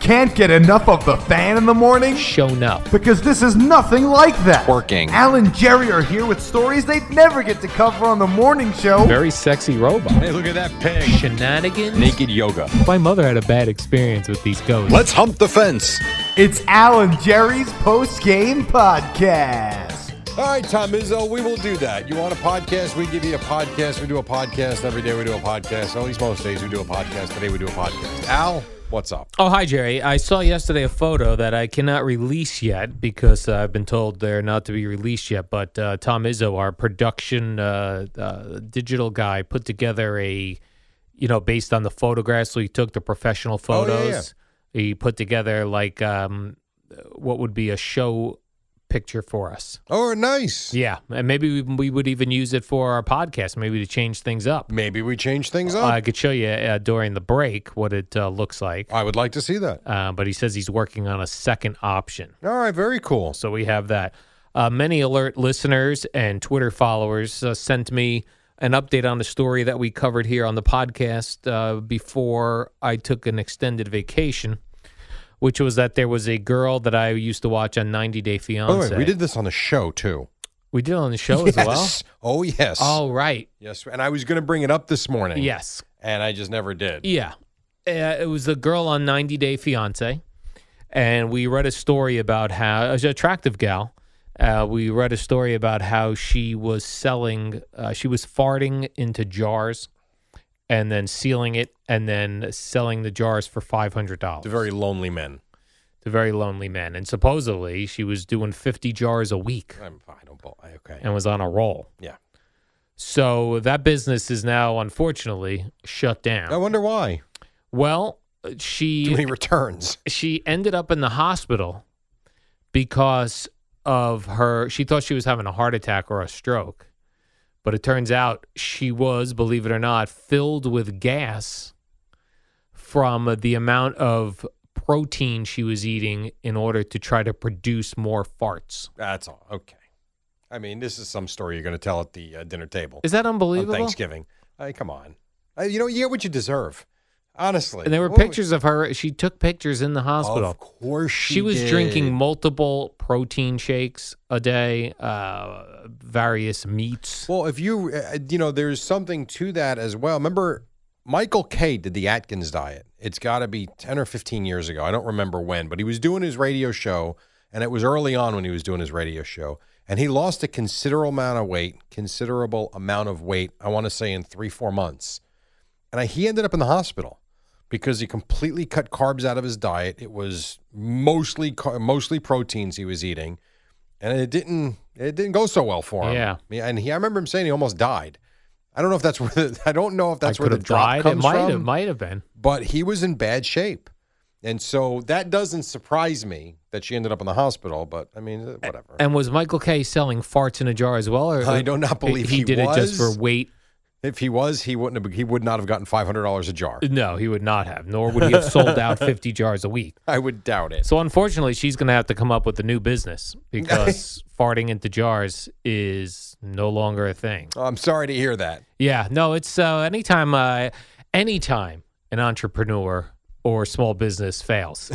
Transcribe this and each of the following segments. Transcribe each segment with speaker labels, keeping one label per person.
Speaker 1: Can't get enough of the fan in the morning?
Speaker 2: Shown up.
Speaker 1: Because this is nothing like that.
Speaker 3: Working.
Speaker 1: Al and Jerry are here with stories they'd never get to cover on the morning show.
Speaker 2: Very sexy robot.
Speaker 3: Hey, look at that pig.
Speaker 2: Shenanigans.
Speaker 3: Naked yoga.
Speaker 2: My mother had a bad experience with these ghosts.
Speaker 3: Let's hump the fence.
Speaker 1: It's Al and Jerry's post game podcast.
Speaker 3: All right, Tom Izzo, we will do that. You want a podcast? We give you a podcast. We do a podcast every day. We do a podcast. At least most days we do a podcast. Today we do a podcast. Al, what's up?
Speaker 2: Oh, hi, Jerry. I saw yesterday a photo that I cannot release yet because uh, I've been told they're not to be released yet. But uh, Tom Izzo, our production uh, uh, digital guy, put together a, you know, based on the photographs. So he took the professional
Speaker 3: Oh, yeah,
Speaker 2: photos. He put together like um, what would be a show picture for us.
Speaker 3: Oh, nice.
Speaker 2: Yeah, and maybe we, we would even use it for our podcast, maybe to change things up.
Speaker 3: Maybe we change things up.
Speaker 2: I could show you uh, during the break what it uh, looks like,
Speaker 3: I would like to see that.
Speaker 2: uh, but he says he's working on a second option.
Speaker 3: All right, very cool.
Speaker 2: So we have that. Uh, many alert listeners and Twitter followers uh, sent me an update on the story that we covered here on the podcast uh, before I took an extended vacation, which was that there was a girl that I used to watch on 90 Day
Speaker 3: By the
Speaker 2: Fiance.
Speaker 3: way, we did this on the show too.
Speaker 2: We did it on the show as well.
Speaker 3: Yes. Oh, yes.
Speaker 2: All right.
Speaker 3: Yes. And I was going to bring it up this morning.
Speaker 2: Yes.
Speaker 3: And I just never did.
Speaker 2: Yeah. Uh, it was the girl on 90 Day Fiance. And we read a story about how, it was an attractive gal. Uh, we read a story about how she was selling, uh, she was farting into jars and then sealing it and then selling the jars for $500
Speaker 3: To very lonely men.
Speaker 2: to very lonely men. And supposedly she was doing 50 jars a week
Speaker 3: I'm fine. I don't. bull- Okay.
Speaker 2: and was on a roll.
Speaker 3: Yeah.
Speaker 2: So that business is now, unfortunately, shut
Speaker 3: I
Speaker 2: down.
Speaker 3: wonder why.
Speaker 2: Well, uh, she.
Speaker 3: Too many returns.
Speaker 2: she ended up in the hospital because of her she thought she was having a heart attack or a stroke but it turns out she was believe it or not filled with gas from the amount of protein she was eating in order to try to produce more farts
Speaker 3: That's all. Okay. I mean, this is some story you're going to tell at the uh, dinner table
Speaker 2: is that
Speaker 3: on
Speaker 2: unbelievable
Speaker 3: Thanksgiving. Hey, come on. Uh, you know, you get what you deserve. Honestly.
Speaker 2: and there were
Speaker 3: What-
Speaker 2: pictures of her she took pictures in the hospital
Speaker 3: Of course she,
Speaker 2: she, was
Speaker 3: did.
Speaker 2: drinking multiple protein shakes a day uh, various meats
Speaker 3: Well, if you, uh, you know, there's something to that as well. Remember, Michael K did the Atkins diet. It's got to be 10 or 15 years ago. I don't remember when, but he was doing his radio show, and it was early on when he was doing his radio show. And he lost a considerable amount of weight, considerable amount of weight, I want to say in three, four months. And I, he ended up in the hospital because he completely cut carbs out of his diet. It was mostly car- mostly proteins he was eating, and it didn't it didn't go so well for him.
Speaker 2: Yeah.
Speaker 3: and he I remember him saying he almost died. I don't know if that's where the, I don't know if that's
Speaker 2: I
Speaker 3: where
Speaker 2: could
Speaker 3: the
Speaker 2: have
Speaker 3: drop
Speaker 2: died.
Speaker 3: comes
Speaker 2: it might
Speaker 3: from
Speaker 2: have might have been.
Speaker 3: but he was in bad shape. And so that doesn't surprise me that she ended up in the hospital, but I mean, uh, whatever.
Speaker 2: And was Michael K selling farts in a jar as well? Or
Speaker 3: I do not believe he
Speaker 2: did it just
Speaker 3: was.
Speaker 2: for weight.
Speaker 3: if he was, he wouldn't have, he would not have gotten $500 a jar.
Speaker 2: No, he would not have. Nor would he have sold out fifty jars a week.
Speaker 3: I would doubt it.
Speaker 2: So unfortunately, she's going to have to come up with a new business because farting into jars is no longer a thing.
Speaker 3: I'm sorry to hear that.
Speaker 2: Yeah, no, it's uh, anytime, uh, anytime an entrepreneur or small business fails,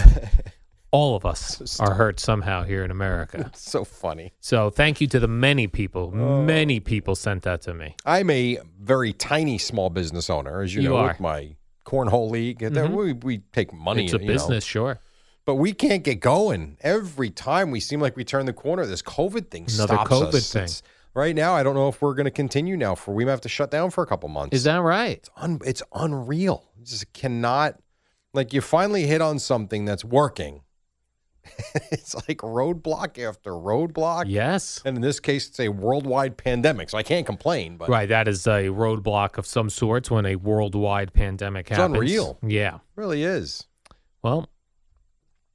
Speaker 2: all of us are hurt somehow here in America.
Speaker 3: So funny.
Speaker 2: So thank you to the many people. Many people sent that to me.
Speaker 3: I'm a very tiny small business owner, as you,
Speaker 2: You
Speaker 3: know,
Speaker 2: are. Mm-hmm.
Speaker 3: with my cornhole league. There- We, we take money.
Speaker 2: it's a
Speaker 3: you know.
Speaker 2: business, sure.
Speaker 3: but we can't get going. Every time we seem like we turn the corner, this COVID thing
Speaker 2: Another
Speaker 3: stops
Speaker 2: COVID
Speaker 3: us.
Speaker 2: thing.
Speaker 3: It's- right now, I don't know if we're going to continue now. For we might have to shut down for a couple months.
Speaker 2: Is that right?
Speaker 3: un- it's unreal. You just cannot like you finally hit on something that's working. it's like roadblock after roadblock.
Speaker 2: Yes.
Speaker 3: And in this case, it's a worldwide pandemic, so I can't complain. But
Speaker 2: Right. That is a roadblock of some sorts when a worldwide pandemic
Speaker 3: It's
Speaker 2: happens.
Speaker 3: unreal.
Speaker 2: Yeah.
Speaker 3: it really is.
Speaker 2: Well,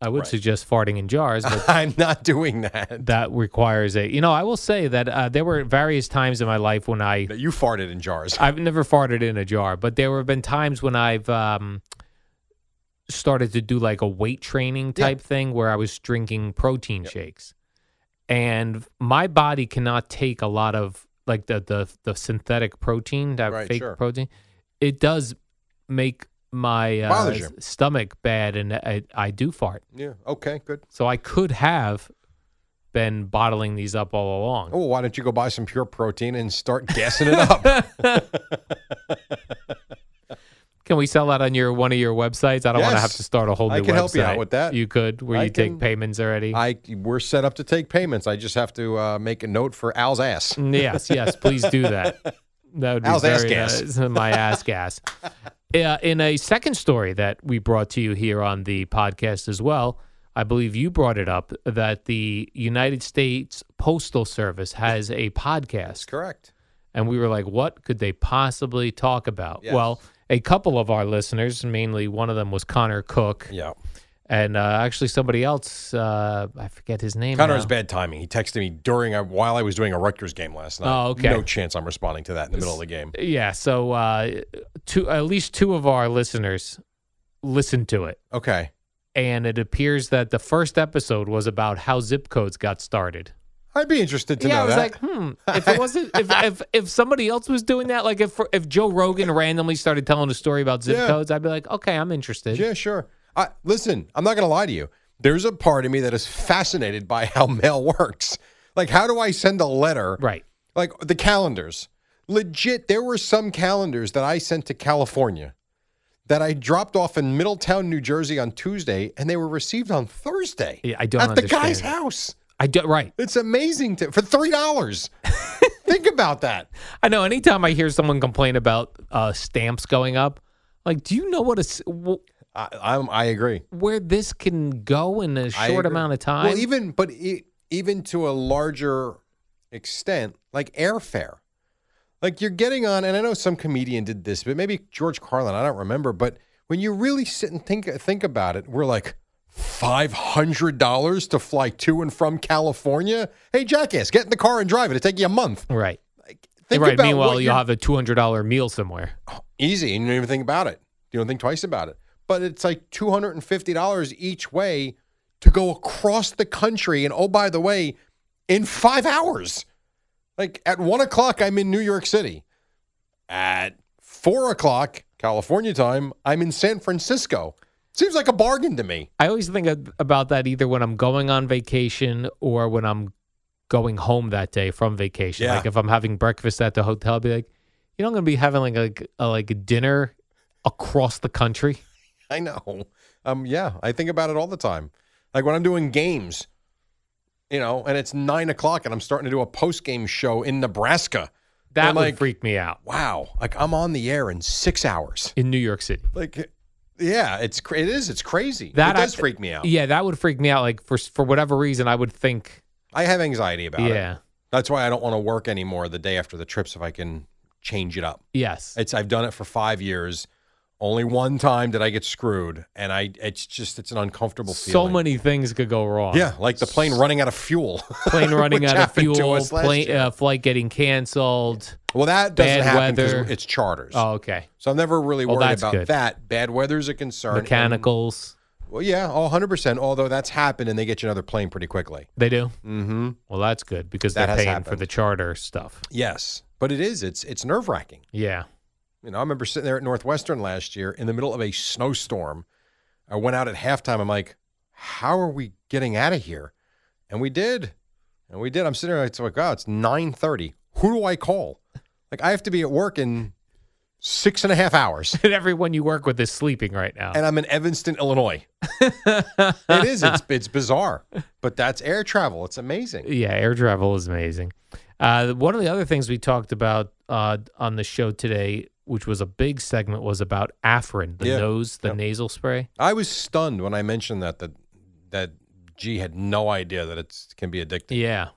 Speaker 2: I would
Speaker 3: Right.
Speaker 2: suggest farting in jars, but
Speaker 3: I'm not doing that.
Speaker 2: that requires a. You know, I will say that uh, there were various times in my life when I
Speaker 3: That you farted in jars.
Speaker 2: I've never farted in a jar, but there have been times when I've um, started to do like a weight training
Speaker 3: Yeah.
Speaker 2: type thing where I was drinking protein shakes, and my body cannot take a lot of like the the, the synthetic protein that
Speaker 3: Right,
Speaker 2: fake
Speaker 3: sure.
Speaker 2: protein. It does make my uh,
Speaker 3: Bothers you.
Speaker 2: stomach bad, and I, I do fart.
Speaker 3: yeah. Okay. Good.
Speaker 2: So I could have been bottling these up all along.
Speaker 3: Oh, why don't you go buy some pure protein and start gassing it up?
Speaker 2: Can we sell that on your one of your websites? I don't want to have
Speaker 3: Yes.
Speaker 2: to start a whole new
Speaker 3: I
Speaker 2: website.
Speaker 3: can help you out with that.
Speaker 2: You could, where
Speaker 3: I
Speaker 2: you
Speaker 3: can-
Speaker 2: take payments already.
Speaker 3: I we're set up to take payments. I just have to uh, make a note for Al's ass.
Speaker 2: Mm, yes, yes, please do that. That would be
Speaker 3: Al's ass
Speaker 2: very
Speaker 3: gas.
Speaker 2: nice. my ass gas. Uh, in a second story that we brought to you here on the podcast as well, I believe you brought it up that the United States Postal Service has a podcast.
Speaker 3: Correct.
Speaker 2: And we were like, what could they possibly talk about?
Speaker 3: Yes.
Speaker 2: Well, a couple of our listeners, mainly one of them was Connor Cook,
Speaker 3: Yeah.
Speaker 2: and uh, actually somebody else, uh, I forget his name.
Speaker 3: Connor's
Speaker 2: now.
Speaker 3: bad timing. He texted me during a, while I was doing a Rutgers game last night.
Speaker 2: Oh, okay.
Speaker 3: No chance I'm responding to that in the middle of the game.
Speaker 2: Yeah, so uh, two, at least two of our listeners listened to it,
Speaker 3: Okay.
Speaker 2: and it appears that the first episode was about how zip codes got started.
Speaker 3: I'd be interested to
Speaker 2: yeah,
Speaker 3: know
Speaker 2: I was
Speaker 3: that.
Speaker 2: like, hmm. If it wasn't, if, if if somebody else was doing that, like if if Joe Rogan randomly started telling a story about zip
Speaker 3: Yeah.
Speaker 2: codes, I'd be like, okay, I'm interested.
Speaker 3: yeah, sure. I, listen, I'm not going to lie to you. There's a part of me that is fascinated by how mail works. Like, how do I send a letter?
Speaker 2: Right.
Speaker 3: Like the calendars. Legit, there were some calendars that I sent to California that I dropped off in Middletown, New Jersey on Tuesday, and they were received on Thursday
Speaker 2: Yeah, I don't
Speaker 3: at the guy's
Speaker 2: understand.
Speaker 3: house.
Speaker 2: I do, right.
Speaker 3: It's amazing to for three dollars. Think about that.
Speaker 2: I know. Anytime I hear someone complain about uh, stamps going up, like, do you know what a s- w-
Speaker 3: I, I'm, I agree.
Speaker 2: where this can go in a
Speaker 3: I
Speaker 2: short
Speaker 3: agree.
Speaker 2: amount of time?
Speaker 3: Well, even but e- even to a larger extent, like airfare, like you're getting on. And I know some comedian did this, but maybe George Carlin. I don't remember. But when you really sit and think think about it, we're like five hundred dollars to fly to and from California. Hey, jackass, get in the car and drive it. It take you a month.
Speaker 2: right.
Speaker 3: Think
Speaker 2: right.
Speaker 3: about
Speaker 2: Meanwhile,
Speaker 3: what
Speaker 2: you'll
Speaker 3: you're
Speaker 2: have a two hundred dollar meal somewhere.
Speaker 3: easy and you don't even think about it. You don't think twice about it. But it's like $250 each way to go across the country. And oh, by the way, in five hours. Like at one o'clock, I'm in New York City. At four o'clock, California time, I'm in San Francisco. Seems like a bargain to me.
Speaker 2: I always think ab- about that either when I'm going on vacation or when I'm going home that day from vacation.
Speaker 3: Yeah.
Speaker 2: Like if I'm having breakfast at the hotel, I'll be like, you know, I'm gonna be having like a, a like a dinner across the country.
Speaker 3: I know. Um, yeah, I think about it all the time. Like when I'm doing games, you know, and it's nine o'clock and I'm starting to do a post game show in Nebraska.
Speaker 2: That
Speaker 3: I'm
Speaker 2: would
Speaker 3: like-
Speaker 2: freak me out
Speaker 3: wow like i'm on the air in six hours
Speaker 2: in New York City.
Speaker 3: like yeah it's cra- it is it's crazy
Speaker 2: That
Speaker 3: that it does
Speaker 2: I-
Speaker 3: freak me out
Speaker 2: Yeah, that would freak me out. Like for s- for whatever reason, I would think,
Speaker 3: i have anxiety about it
Speaker 2: yeah,
Speaker 3: that's why i don't want to work anymore the day after the trips if i can change it up
Speaker 2: yes,
Speaker 3: it's i've done it for five years only one time did i get screwed and i it's just it's an uncomfortable
Speaker 2: so
Speaker 3: feeling
Speaker 2: many things could go wrong.
Speaker 3: yeah like the plane running out of fuel
Speaker 2: plane running
Speaker 3: Which
Speaker 2: out of
Speaker 3: happened to
Speaker 2: fuel,
Speaker 3: us last
Speaker 2: plane,
Speaker 3: year.
Speaker 2: uh, flight getting canceled.
Speaker 3: well that doesn't
Speaker 2: Bad
Speaker 3: happen because
Speaker 2: weather.
Speaker 3: it's charters
Speaker 2: Oh, okay.
Speaker 3: so i'm never really
Speaker 2: Well,
Speaker 3: worried
Speaker 2: that's
Speaker 3: about
Speaker 2: good.
Speaker 3: that bad weather's a concern and-
Speaker 2: Mechanicals.
Speaker 3: well yeah all 100% although that's happened and they get you another plane pretty quickly
Speaker 2: They do.
Speaker 3: mm-hmm
Speaker 2: Well, that's good because
Speaker 3: That
Speaker 2: they're
Speaker 3: has
Speaker 2: paying for
Speaker 3: happened.
Speaker 2: the charter stuff.
Speaker 3: Yes, but it is. It's it's nerve wracking.
Speaker 2: Yeah.
Speaker 3: You know, I remember sitting there at Northwestern last year in the middle of a snowstorm. I went out at halftime. I'm like, how are we getting out of here? And we did. And we did. I'm sitting there, it's like, wow, it's 9.30. Who do I call? Like, I have to be at work in six and a half hours.
Speaker 2: And everyone you work with is sleeping right now.
Speaker 3: And I'm in Evanston, Illinois. it is. It's, it's bizarre. But that's air travel. It's amazing.
Speaker 2: Yeah, air travel is amazing. Uh, one of the other things we talked about uh, on the show today, which was a big segment, was about Afrin, the
Speaker 3: Yeah.
Speaker 2: nose, the
Speaker 3: Yep.
Speaker 2: nasal spray.
Speaker 3: I was stunned when I mentioned that, that, that G had no idea that it can be addictive.
Speaker 2: Yeah,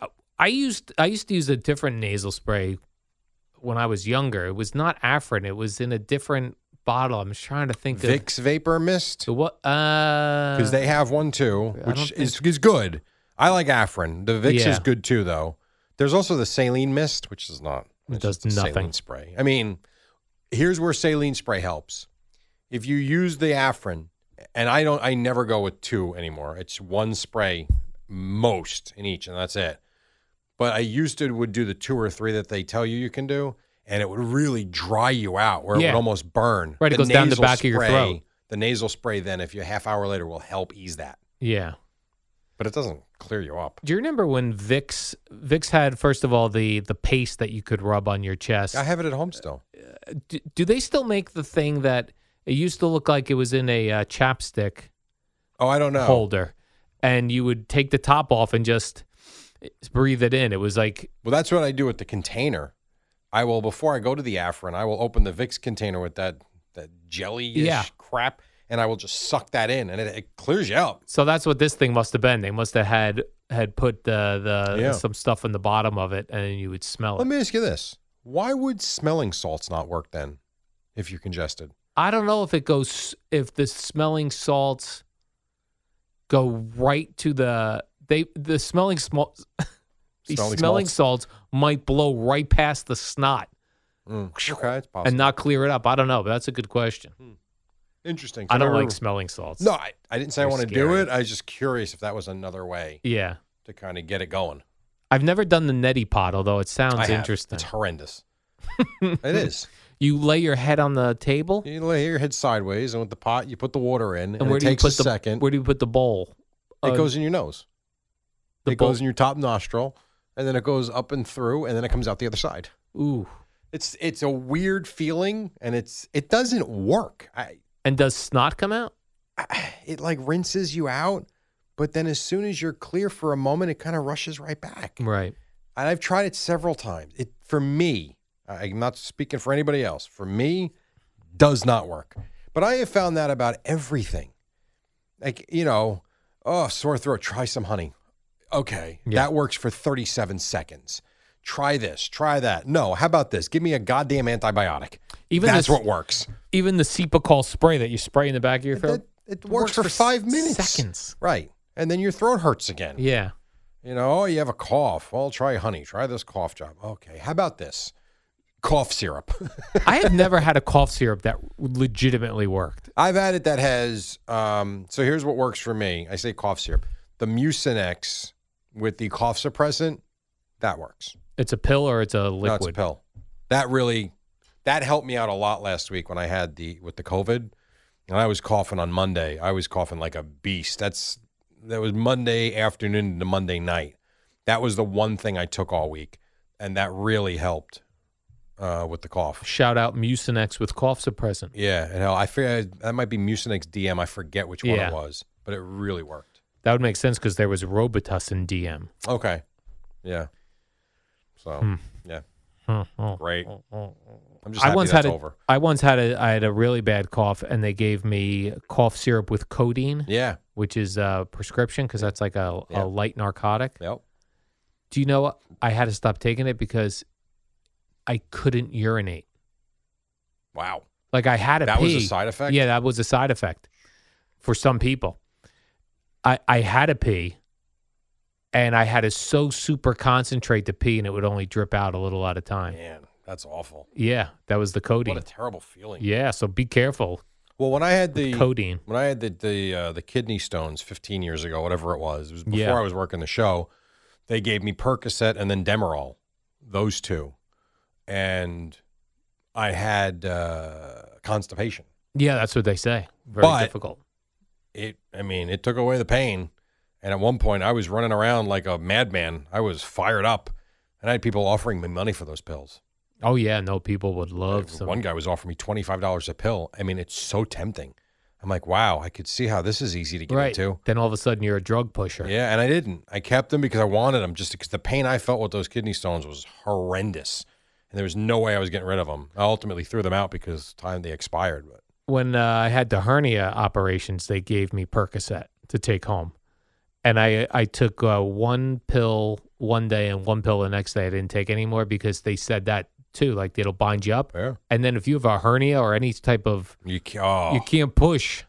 Speaker 2: I- I used I used to use a different nasal spray when I was younger. It was not Afrin. It was in a different bottle. I'm just trying to think of
Speaker 3: Vicks Vapor Mist.
Speaker 2: the what uh,
Speaker 3: because they have one too,
Speaker 2: I
Speaker 3: which
Speaker 2: don't
Speaker 3: is, is good. I like Afrin. The Vicks
Speaker 2: Yeah.
Speaker 3: is good too, though. There's also the saline mist, which is not.
Speaker 2: It
Speaker 3: it's
Speaker 2: does
Speaker 3: just a
Speaker 2: nothing.
Speaker 3: Saline spray. I mean, here's where saline spray helps. If you use the Afrin, and I don't, I never go with two anymore. It's one spray most in each, and that's it. But I used to would do the two or three that they tell you you can do, and it would really dry you out, where it
Speaker 2: Yeah.
Speaker 3: would almost burn.
Speaker 2: Right, it goes down the back of your
Speaker 3: spray-
Speaker 2: throat.
Speaker 3: The nasal spray, then, if you half hour later, will help ease that
Speaker 2: yeah.
Speaker 3: but it doesn't clear you up.
Speaker 2: Do you remember when Vicks Vicks had first of all the the paste that you could rub on your chest?
Speaker 3: I have it at home still.
Speaker 2: do, do they still make the thing that it used to look like it was in a uh, chapstick
Speaker 3: Oh, I don't know.
Speaker 2: holder, and you would take the top off and just breathe it in? It was like
Speaker 3: Well, that's what I do with the container. I will before I go to the Afrin, I will open the Vicks container with that that jelly
Speaker 2: Yeah.
Speaker 3: crap, and I will just suck that in, and it, it clears you out.
Speaker 2: so. That's what this thing must have been. They must have had had put the the
Speaker 3: Yeah.
Speaker 2: some stuff in the bottom of it, and you would smell it.
Speaker 3: Let me ask you this: Why would smelling salts not work then, if you're congested?
Speaker 2: I don't know if it goes if the smelling salts go right to the they the smelling small these
Speaker 3: Smelling
Speaker 2: smelling, salts might blow right past the snot
Speaker 3: Mm, Okay, it's possible.
Speaker 2: and not clear it up. I don't know, but that's a good question.
Speaker 3: Interesting.
Speaker 2: I don't
Speaker 3: never-
Speaker 2: like smelling salts.
Speaker 3: Hmm. No, I, I didn't say I
Speaker 2: They're
Speaker 3: want to do
Speaker 2: scary.
Speaker 3: it. I was just curious if that was another way
Speaker 2: Yeah.
Speaker 3: to kind of get it going.
Speaker 2: I've never done the neti pot, although it sounds
Speaker 3: I have.
Speaker 2: interesting.
Speaker 3: It's horrendous. it is.
Speaker 2: You lay your head on the table,
Speaker 3: You lay your head sideways, and with the pot, you put the water in, and,
Speaker 2: where
Speaker 3: it
Speaker 2: do you
Speaker 3: takes
Speaker 2: put
Speaker 3: a
Speaker 2: the
Speaker 3: second.
Speaker 2: Where do you put the bowl? Uh,
Speaker 3: it goes in your nose.
Speaker 2: the
Speaker 3: it goes in your top nostril, and then it goes up and through, and then it comes out the other side.
Speaker 2: Ooh.
Speaker 3: It's it's a weird feeling, and it's it doesn't work. I,
Speaker 2: And does snot come out?
Speaker 3: I it like rinses you out, but then as soon as you're clear for a moment, it kind of rushes right back.
Speaker 2: Right.
Speaker 3: and I've tried it several times. It for me, I- I'm not speaking for anybody else. For me, does not work. But I have found that about everything. Like you know, oh sore throat. Try some honey. Okay,
Speaker 2: Yeah.
Speaker 3: that works for 37 seconds. Try this. Try that. No, how about this? Give me a goddamn antibiotic.
Speaker 2: Even
Speaker 3: That's
Speaker 2: the,
Speaker 3: what works.
Speaker 2: even the Sepacol spray that you spray in the back of your
Speaker 3: It,
Speaker 2: throat.
Speaker 3: it- it works, for
Speaker 2: s-
Speaker 3: five minutes.
Speaker 2: seconds.
Speaker 3: Right. And then your throat hurts again.
Speaker 2: Yeah.
Speaker 3: You know, oh, you have a cough. Well, try honey. Try this cough drop. Okay. How about this? Cough syrup.
Speaker 2: I have never had a cough syrup that legitimately worked.
Speaker 3: I've had it that has. Um, so here's what works for me. I say cough syrup. The Mucinex with the cough suppressant, that works.
Speaker 2: It's a pill or it's a liquid.
Speaker 3: No, it's a pill. That really, that helped me out a lot last week when I had the with the COVID, and I was coughing on Monday. I was coughing like a beast. That's that was Monday afternoon to Monday night. That was the one thing I took all week, and that really helped uh, with the cough.
Speaker 2: Shout out Mucinex with cough suppressant.
Speaker 3: Yeah, and hell, I figure that might be Mucinex DM. I forget which one
Speaker 2: Yeah.
Speaker 3: it was, but it really worked.
Speaker 2: That would make sense because there was Robitussin DM.
Speaker 3: Okay, yeah. So
Speaker 2: Hmm.
Speaker 3: yeah, great. I'm just
Speaker 2: Oh,
Speaker 3: happy
Speaker 2: I once
Speaker 3: that's
Speaker 2: had a,
Speaker 3: over.
Speaker 2: I once had a I had a really bad cough and they gave me cough syrup with codeine,
Speaker 3: Yeah.
Speaker 2: which is a prescription because that's like a, a
Speaker 3: Yeah.
Speaker 2: light narcotic.
Speaker 3: Yep.
Speaker 2: Do you know what? I had to stop taking it because I couldn't urinate.
Speaker 3: Wow.
Speaker 2: Like I had to
Speaker 3: That was a
Speaker 2: pee.
Speaker 3: side effect?
Speaker 2: Yeah, that was a side effect for some people. I I had to pee, and I had to so super concentrate to pee, and it would only drip out a little at a time. Yeah,
Speaker 3: Man, that's awful.
Speaker 2: that was the codeine.
Speaker 3: What a terrible feeling.
Speaker 2: yeah, so be careful.
Speaker 3: Well, when I had the
Speaker 2: Codeine.
Speaker 3: when I had the the uh, the kidney stones 15 years ago, whatever it was, it was before
Speaker 2: Yeah.
Speaker 3: I was working the show. They gave me Percocet and then Demerol, those two, and I had uh, constipation.
Speaker 2: Yeah, that's what they say. Very
Speaker 3: But-
Speaker 2: difficult.
Speaker 3: it I mean, it took away the pain. And at one point I was running around like a madman. I was fired up. And I had people offering me money for those pills.
Speaker 2: Oh yeah, no, people would love some.
Speaker 3: One guy was offering me twenty five dollars a pill. I mean, it's so tempting. I'm like, wow, I could see how this is easy to get
Speaker 2: right.
Speaker 3: into.
Speaker 2: Then all of a sudden you're a drug pusher.
Speaker 3: Yeah, and I didn't. I kept them because I wanted them, just because the pain I felt with those kidney stones was horrendous, and there was no way I was getting rid of them. I ultimately threw them out because time they expired. But
Speaker 2: when uh, I had the hernia operations, they gave me Percocet to take home, and I I took uh, one pill one day and one pill the next day. I didn't take any more because they said that too, like it'll bind you up.
Speaker 3: Yeah.
Speaker 2: And then if you have a hernia or any type of,
Speaker 3: you, ca- oh,
Speaker 2: you can't push.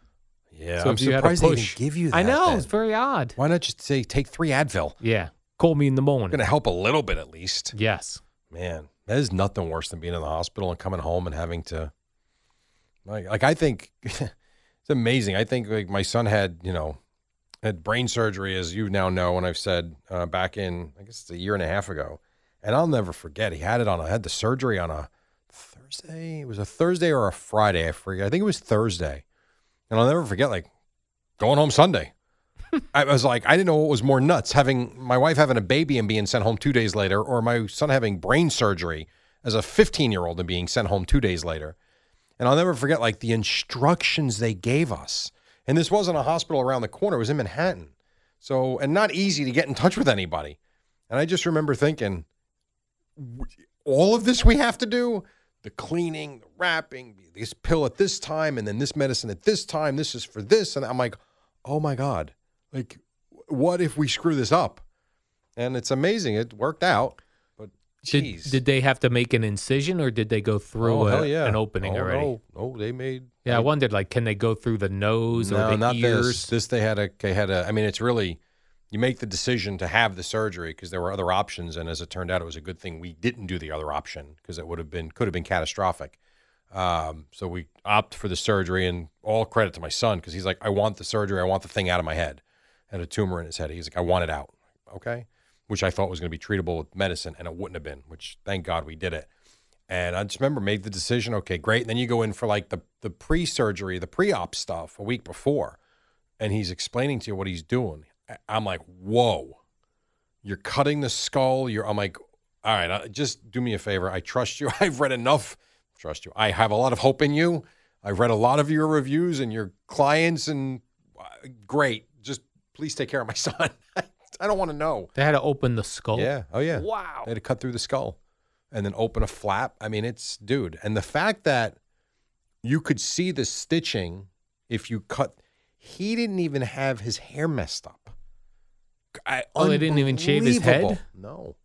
Speaker 3: yeah,
Speaker 2: so
Speaker 3: I'm
Speaker 2: if you had a
Speaker 3: surprised they
Speaker 2: push-
Speaker 3: didn't give you. That
Speaker 2: I know
Speaker 3: then.
Speaker 2: it's very odd.
Speaker 3: Why not just say take three Advil?
Speaker 2: Yeah, call me in the morning.
Speaker 3: Going to help a little bit at least.
Speaker 2: Yes.
Speaker 3: Man, that is nothing worse than being in the hospital and coming home and having to like like I think it's amazing. I think like my son had, you know, had brain surgery as you now know and I've said uh, back in I guess it's a year and a half ago. And I'll never forget he had it on a had the surgery on a Thursday. It was a Thursday or a Friday, I forget. I think it was Thursday. And I'll never forget like going home Sunday. I was like, I didn't know what was more nuts having my wife having a baby and being sent home two days later, or my son having brain surgery as a 15 year old and being sent home two days later. And I'll never forget like the instructions they gave us. And this wasn't a hospital around the corner, it was in Manhattan. So, and not easy to get in touch with anybody. And I just remember thinking, w- all of this we have to do the cleaning, the wrapping, this pill at this time, and then this medicine at this time, this is for this. And I'm like, oh my God, like, what if we screw this up? And it's amazing. It worked out. But
Speaker 2: Did,
Speaker 3: jeez.
Speaker 2: did they have to make an incision or did they go through
Speaker 3: Oh,
Speaker 2: a-
Speaker 3: hell yeah.
Speaker 2: an opening
Speaker 3: Oh,
Speaker 2: already?
Speaker 3: No, no, they made.
Speaker 2: Yeah, I wondered like, can they go through the nose or
Speaker 3: No,
Speaker 2: the
Speaker 3: not
Speaker 2: ears?
Speaker 3: this. This they had a. They had a. I mean, it's really. You make the decision to have the surgery because there were other options, and as it turned out, it was a good thing we didn't do the other option because it would have been could have been catastrophic. Um, so we opt for the surgery, and all credit to my son because he's like, I want the surgery, I want the thing out of my head, had a tumor in his head. He's like, I want it out. Okay, which I thought was going to be treatable with medicine, and it wouldn't have been. Which thank God we did it. And I just remember made the decision, okay, great. And then you go in for like the the pre-surgery, the pre-op stuff a week before, and he's explaining to you what he's doing. I- I'm like, whoa, you're cutting the skull. You're, I'm like, all right, uh, just do me a favor. I trust you. I've read enough. Trust you. I have a lot of hope in you. I've read a lot of your reviews and your clients, and uh, great. Just please take care of my son. I don't want to know.
Speaker 2: They had to open the skull.
Speaker 3: Yeah. Oh yeah.
Speaker 2: Wow.
Speaker 3: They had to cut through the skull and then open a flap. I mean, it's dude. And the fact that you could see the stitching if you cut, he didn't even have his hair messed up. I,
Speaker 2: Oh, they didn't even shave his head?
Speaker 3: unbelievable. No,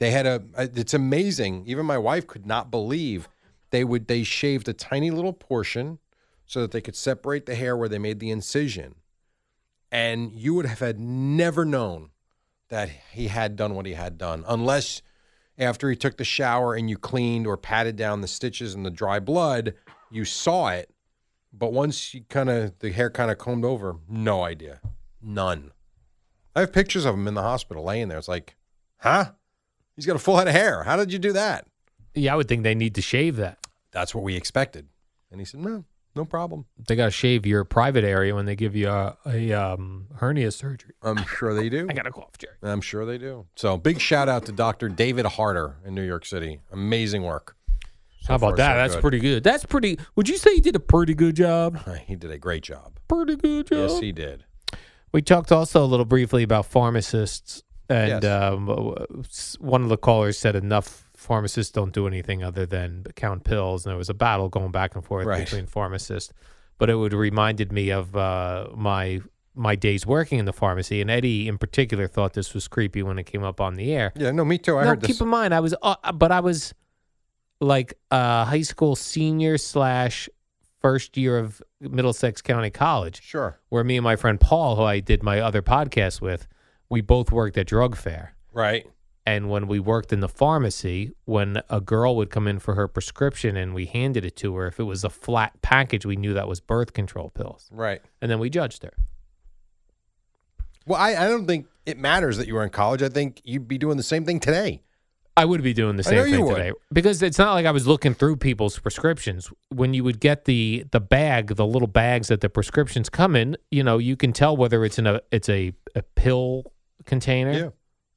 Speaker 3: they had a. It's amazing. Even my wife could not believe they would. They shaved a tiny little portion so that they could separate the hair where they made the incision, and you would have had never known that he had done what he had done unless after he took the shower and you cleaned or patted down the stitches and the dry blood, you saw it. But once you kind of the hair kind of combed over, no idea, none. I have pictures of him in the hospital laying there. It's like, huh? He's got a full head of hair. How did you do that?
Speaker 2: Yeah, I would think they need to shave that.
Speaker 3: That's what we expected. And he said, no, no problem.
Speaker 2: They got to shave your private area when they give you a, a um, hernia surgery.
Speaker 3: I'm sure they do.
Speaker 2: I got to cough, Jerry.
Speaker 3: I'm sure they do. So big shout out to Dr. David Harder in New York City. Amazing work. So
Speaker 2: How about
Speaker 3: far,
Speaker 2: that?
Speaker 3: so
Speaker 2: That's
Speaker 3: good.
Speaker 2: pretty good. That's pretty. Would you say you did a pretty good job?
Speaker 3: He did a great job.
Speaker 2: Pretty good job.
Speaker 3: Yes, he did.
Speaker 2: We talked also a little briefly about pharmacists, and
Speaker 3: Yes.
Speaker 2: um, uh, s- one of the callers said enough pharmacists don't do anything other than count pills, and there was a battle going back and forth
Speaker 3: Right.
Speaker 2: between pharmacists. But it would reminded me of uh, my my days working in the pharmacy, and Eddie in particular thought this was creepy when it came up on the air.
Speaker 3: Yeah, no, me too. I
Speaker 2: no,
Speaker 3: heard
Speaker 2: keep
Speaker 3: this.
Speaker 2: in mind, I was, uh, but I was like a high school senior slash first year of Middlesex County College
Speaker 3: Sure.
Speaker 2: where me and my friend Paul, who I did my other podcast with, we both worked at Drug Fair.
Speaker 3: Right.
Speaker 2: And when we worked in the pharmacy, when a girl would come in for her prescription and we handed it to her, if it was a flat package, we knew that was birth control pills.
Speaker 3: Right.
Speaker 2: And then we judged her.
Speaker 3: Well, I, I don't think it matters that you were in college. I think you'd be doing the same thing today.
Speaker 2: I would be doing the
Speaker 3: I know
Speaker 2: same
Speaker 3: you
Speaker 2: thing
Speaker 3: would.
Speaker 2: today because it's not like I was looking through people's prescriptions. When you would get the the bag, the little bags that the prescriptions come in, you know, you can tell whether it's in a it's a, a pill container
Speaker 3: Yeah.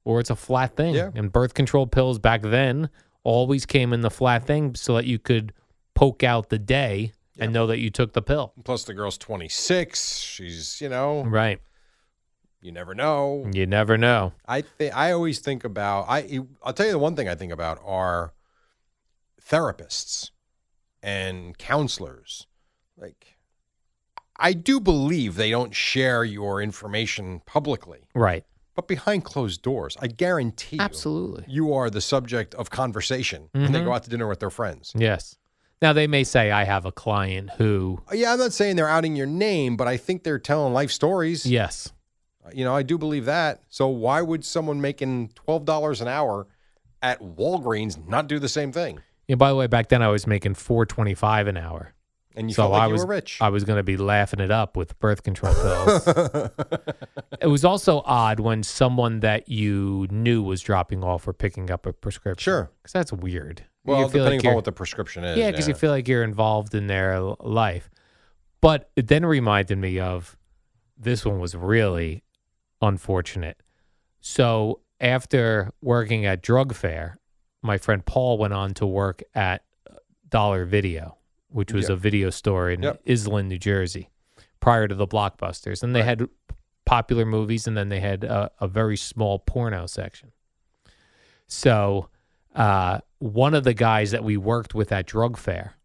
Speaker 2: or it's a flat thing.
Speaker 3: Yeah.
Speaker 2: And birth control pills back then always came in the flat thing so that you could poke out the day and know that you took the pill.
Speaker 3: Plus, the girl's 26. She's, you know,
Speaker 2: Right.
Speaker 3: you never know.
Speaker 2: You never know.
Speaker 3: I th- I always think about I I'll tell you the one thing I think about are therapists and counselors. Like I do believe they don't share your information publicly,
Speaker 2: Right.
Speaker 3: but behind closed doors, I guarantee you,
Speaker 2: Absolutely. Mm-hmm.
Speaker 3: you are the subject of conversation when they go out to dinner with their friends.
Speaker 2: Yes. Now they may say I have a client who
Speaker 3: Yeah, I'm not saying they're outing your name, but I think they're telling life stories.
Speaker 2: Yes.
Speaker 3: You know, I do believe that. So why would someone making twelve dollars an hour at Walgreens not do the same thing?
Speaker 2: Yeah, by the way, back then I was making four twenty five an hour.
Speaker 3: And you
Speaker 2: so
Speaker 3: felt like
Speaker 2: I
Speaker 3: you
Speaker 2: was
Speaker 3: were rich.
Speaker 2: I was going to be laughing it up with birth control pills. it was also odd when someone that you knew was dropping off or picking up a prescription.
Speaker 3: Sure.
Speaker 2: because that's weird. You
Speaker 3: well,
Speaker 2: feel like
Speaker 3: depending
Speaker 2: you're-
Speaker 3: upon what the prescription is.
Speaker 2: yeah, because you feel like you're involved in their l- life. But it then reminded me of this one was really unfortunate. So after working at Drug Fair, my friend Paul went on to work at uh, Dollar Video, which was
Speaker 3: Yeah.
Speaker 2: a video store in
Speaker 3: Yep.
Speaker 2: Island, New Jersey, prior to the blockbusters. And they had popular movies and then they had a, a very small porno section. So uh, one of the guys that we worked with at Drug Fair,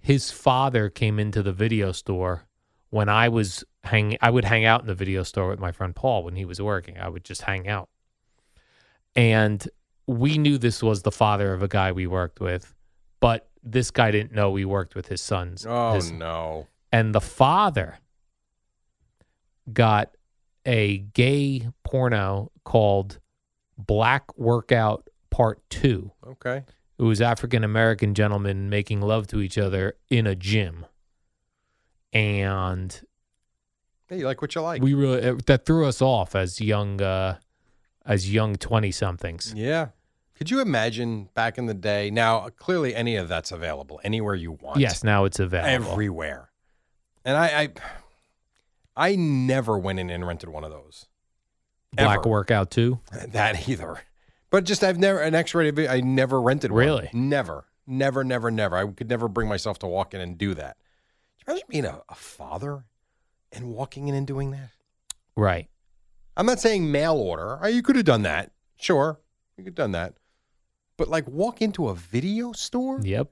Speaker 2: his father came into the video store when I was hanging. I would hang out in the video store with my friend Paul when he was working. I would just hang out, and we knew this was the father of a guy we worked with, but this guy didn't know we worked with his sons.
Speaker 3: Oh
Speaker 2: his-
Speaker 3: no.
Speaker 2: and the father got a gay porno called Black Workout Part 2.
Speaker 3: Okay.
Speaker 2: It was African American gentlemen making love to each other in a gym. And
Speaker 3: Hey, you like what you like.
Speaker 2: we really it- that threw us off as young uh as young 20 somethings.
Speaker 3: yeah. Could you imagine back in the day? Now, clearly, any of that's available anywhere you want.
Speaker 2: Yes, now it's available.
Speaker 3: everywhere. And I, I, I never went in and rented one of those.
Speaker 2: Black
Speaker 3: ever.
Speaker 2: Workout 2.
Speaker 3: That either. But just I've never an X-rated video. I never rented one.
Speaker 2: Really?
Speaker 3: Never, never, never, never. I could never bring myself to walk in and do that. Can you imagine being a, a father and walking in and doing that?
Speaker 2: Right.
Speaker 3: I'm not saying mail order. Oh, you could have done that. Sure, you could have done that. But like walk into a video store
Speaker 2: Yep.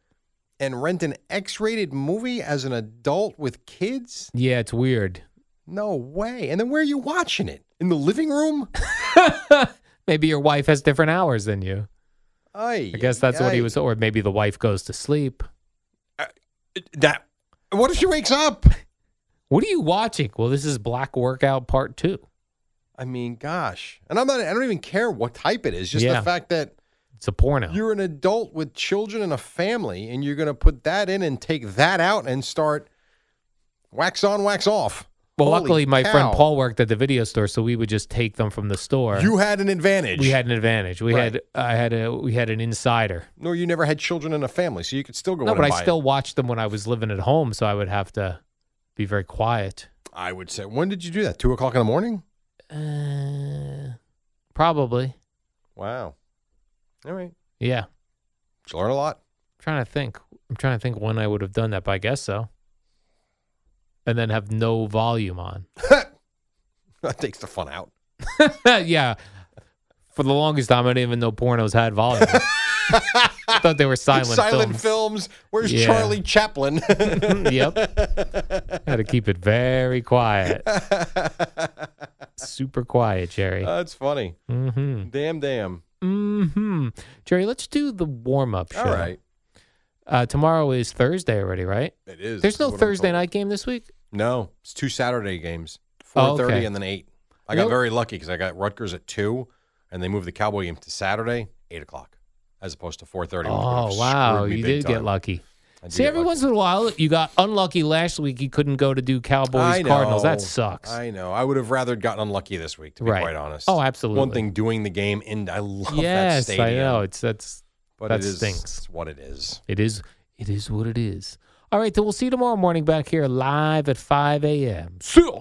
Speaker 3: and rent an X-rated movie as an adult with kids?
Speaker 2: Yeah, it's weird.
Speaker 3: No way. And then where are you watching it? In the living room?
Speaker 2: Maybe your wife has different hours than you.
Speaker 3: I
Speaker 2: I guess that's what he was, or maybe the wife goes to sleep.
Speaker 3: That. What if she wakes up?
Speaker 2: What are you watching? Well, this is Black Workout Part Two.
Speaker 3: I mean, gosh. And I'm not I don't even care what type it is, just
Speaker 2: Yeah.
Speaker 3: the fact that
Speaker 2: It's a porno.
Speaker 3: you're an adult with children and a family and you're going to put that in and take that out and start wax on, wax off.
Speaker 2: well,
Speaker 3: Holy
Speaker 2: luckily, my friend
Speaker 3: cow.
Speaker 2: Paul worked at the video store, so we would just take them from the store.
Speaker 3: You had an advantage.
Speaker 2: we had an advantage. We
Speaker 3: Right.
Speaker 2: had I had a we had an insider.
Speaker 3: Nor you never had children and a family, so you could still go
Speaker 2: No,
Speaker 3: in and
Speaker 2: but I
Speaker 3: buy it.
Speaker 2: still watched them when I was living at home, so I would have to be very quiet.
Speaker 3: I would say, when did you do that? Two o'clock in the morning?
Speaker 2: Uh, probably,
Speaker 3: Wow. All right.
Speaker 2: yeah.
Speaker 3: Did you learn a lot?
Speaker 2: I'm trying to think. I'm trying to think when I would have done that, but I guess so. And then have no volume on.
Speaker 3: that takes the fun out.
Speaker 2: yeah. For the longest time, I didn't even know pornos had volume. I thought they were silent,
Speaker 3: Silent
Speaker 2: films.
Speaker 3: films. Where's
Speaker 2: Yeah.
Speaker 3: Charlie Chaplin?
Speaker 2: yep. Had to keep it very quiet. Super quiet, Jerry.
Speaker 3: That's funny.
Speaker 2: Mm-hmm.
Speaker 3: Damn, damn.
Speaker 2: Mm-hmm. Jerry, let's do the warm-up show.
Speaker 3: All right.
Speaker 2: Uh, tomorrow is Thursday already, right?
Speaker 3: It is.
Speaker 2: There's
Speaker 3: is
Speaker 2: no
Speaker 3: what I'm
Speaker 2: Thursday
Speaker 3: told.
Speaker 2: night game this week.
Speaker 3: No, it's two Saturday games.
Speaker 2: Oh,
Speaker 3: Four
Speaker 2: okay.
Speaker 3: thirty and then eight. I
Speaker 2: You
Speaker 3: got
Speaker 2: know-
Speaker 3: very lucky because I got Rutgers at two, and they moved the Cowboy game to Saturday, eight o'clock, as opposed to four thirty.
Speaker 2: Oh wow, you Oh, did get lucky.
Speaker 3: I I do
Speaker 2: See,
Speaker 3: get
Speaker 2: every
Speaker 3: lucky.
Speaker 2: once in a while, you got unlucky last week. You couldn't go to do
Speaker 3: I
Speaker 2: Cowboys Cardinals.
Speaker 3: know.
Speaker 2: That sucks.
Speaker 3: I know. I would have rather gotten unlucky this week, to be
Speaker 2: Right.
Speaker 3: quite honest.
Speaker 2: Oh, absolutely.
Speaker 3: One thing, doing the game in. I love that
Speaker 2: yes,
Speaker 3: stadium.
Speaker 2: I know. It's that's
Speaker 3: But
Speaker 2: That
Speaker 3: it is,
Speaker 2: stinks.
Speaker 3: It's what it is.
Speaker 2: it is it is what it is. All right, then we'll see you tomorrow morning back here live at 5 a.m. See ya.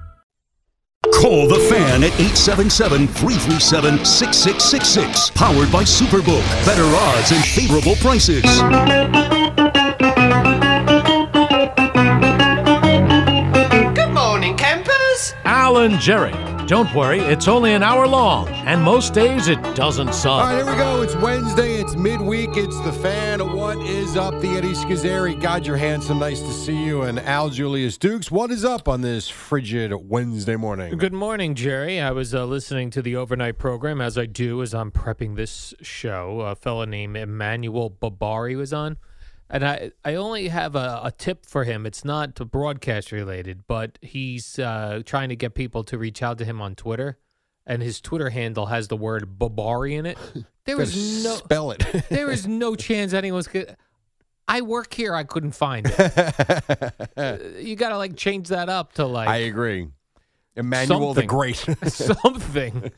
Speaker 4: Call the fan at 877 337 6666. Powered by Superbook. Better odds and favorable prices.
Speaker 5: Alan Jerry. Don't worry, it's only an hour long, and most days it doesn't
Speaker 3: All
Speaker 5: suck.
Speaker 3: right, here we go. It's Wednesday. It's midweek. It's the fan. What is up? The Eddie Schizzeri. God, you're handsome. Nice to see you. And Al Julius Dukes. What is up on this frigid Wednesday morning?
Speaker 2: Good morning, Jerry. I was uh, listening to the overnight program as I do as I'm prepping this show. A fellow named Emmanuel Babari was on, and I I only have a, a tip for him. It's not broadcast related, but he's uh, trying to get people to reach out to him on Twitter, and his Twitter handle has the word Babari in it. There is no
Speaker 3: Spell it.
Speaker 2: there is no chance anyone's good. I work here. I couldn't find it. Uh, you got to like change that up to like
Speaker 3: I agree. Emmanuel the
Speaker 2: Something.
Speaker 3: Great.
Speaker 2: something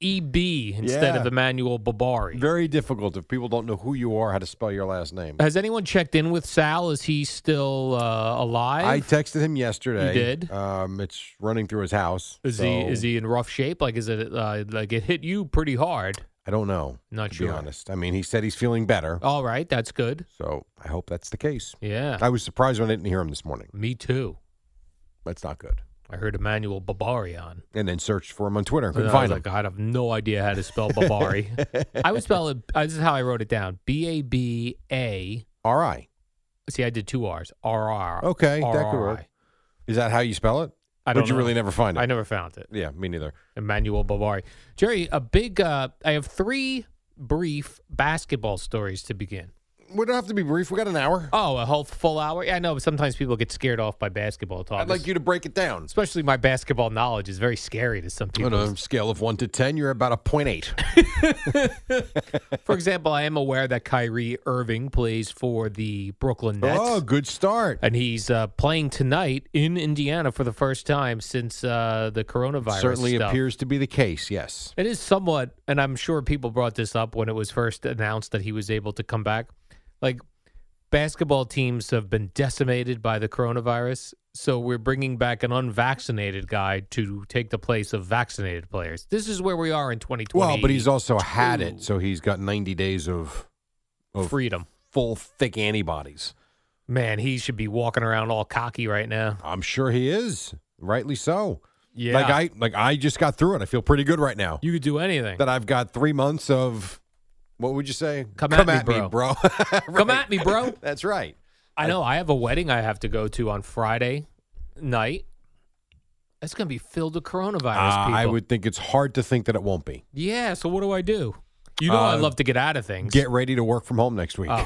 Speaker 2: EB instead of
Speaker 3: Yeah.
Speaker 2: Emmanuel Babari.
Speaker 3: Very difficult if people don't know who you are, how to spell your last name.
Speaker 2: Has anyone checked in with Sal? Is he still uh,
Speaker 3: I
Speaker 2: alive?
Speaker 3: texted him yesterday.
Speaker 2: You did?
Speaker 3: Um, it's running through his house.
Speaker 2: is he
Speaker 3: so
Speaker 2: is he in rough shape? Like is it uh, like it hit you pretty hard?
Speaker 3: I don't know.
Speaker 2: Not
Speaker 3: to
Speaker 2: sure.
Speaker 3: Be honest. I mean, he said he's feeling better.
Speaker 2: All right, that's good.
Speaker 3: So I hope that's the case.
Speaker 2: Yeah,
Speaker 3: I was surprised when I didn't hear him this morning.
Speaker 2: me too.
Speaker 3: That's not good.
Speaker 2: I heard Emmanuel Babari on.
Speaker 3: And then searched for him on Twitter.
Speaker 2: And
Speaker 3: Couldn't
Speaker 2: I was
Speaker 3: find him.
Speaker 2: like, I have no idea how to spell Babari. I would spell it. uh, This is how I wrote it down: B A B A.
Speaker 3: All right.
Speaker 2: See, I did two R's. R R.
Speaker 3: Okay, that could
Speaker 2: R-R-I.
Speaker 3: work. Is that how you spell it?
Speaker 2: I
Speaker 3: But
Speaker 2: don't
Speaker 3: you
Speaker 2: know.
Speaker 3: really never find it.
Speaker 2: I never found it.
Speaker 3: Yeah, me neither.
Speaker 2: Emmanuel Bavari. Jerry, a big. Uh, I have three brief basketball stories to begin.
Speaker 3: We don't have to be brief. We got an hour.
Speaker 2: Oh, a whole full hour. Yeah, I know, but sometimes people get scared off by basketball talk.
Speaker 3: I'd like you to break it down.
Speaker 2: especially my basketball knowledge is very scary to some
Speaker 3: On
Speaker 2: people.
Speaker 3: a scale of one to ten, you're about a point eight.
Speaker 2: For example, I am aware that Kyrie Irving plays for the Brooklyn Nets.
Speaker 3: oh, good start.
Speaker 2: And he's uh, playing tonight in Indiana for the first time since uh, the coronavirus.
Speaker 3: Certainly
Speaker 2: stuff.
Speaker 3: appears to be the case. Yes.
Speaker 2: It is somewhat, and I'm sure people brought this up when it was first announced that he was able to come back. Like, basketball teams have been decimated by the coronavirus. So we're bringing back an unvaccinated guy to take the place of vaccinated players. This is where we are in 2020.
Speaker 3: Well, but he's also had it, so he's got 90 days of of
Speaker 2: freedom.
Speaker 3: full thick antibodies.
Speaker 2: Man, he should be walking around all cocky right now.
Speaker 3: I'm sure he is. Rightly so.
Speaker 2: Yeah,
Speaker 3: Like I like I just got through it. I feel pretty good right now.
Speaker 2: you could do anything.
Speaker 3: that I've got three months of what would you say?
Speaker 2: Come at me, bro. Come
Speaker 3: Right.
Speaker 2: at me, bro.
Speaker 3: That's right.
Speaker 2: I know. I have a wedding I have to go to on Friday night. That's going to be filled with coronavirus
Speaker 3: Uh,
Speaker 2: people.
Speaker 3: I would think it's hard to think that it won't be.
Speaker 2: Yeah. So what do I do? You know, I
Speaker 3: Uh,
Speaker 2: love to get out of things.
Speaker 3: Get ready to work from home next week.
Speaker 2: Oh, I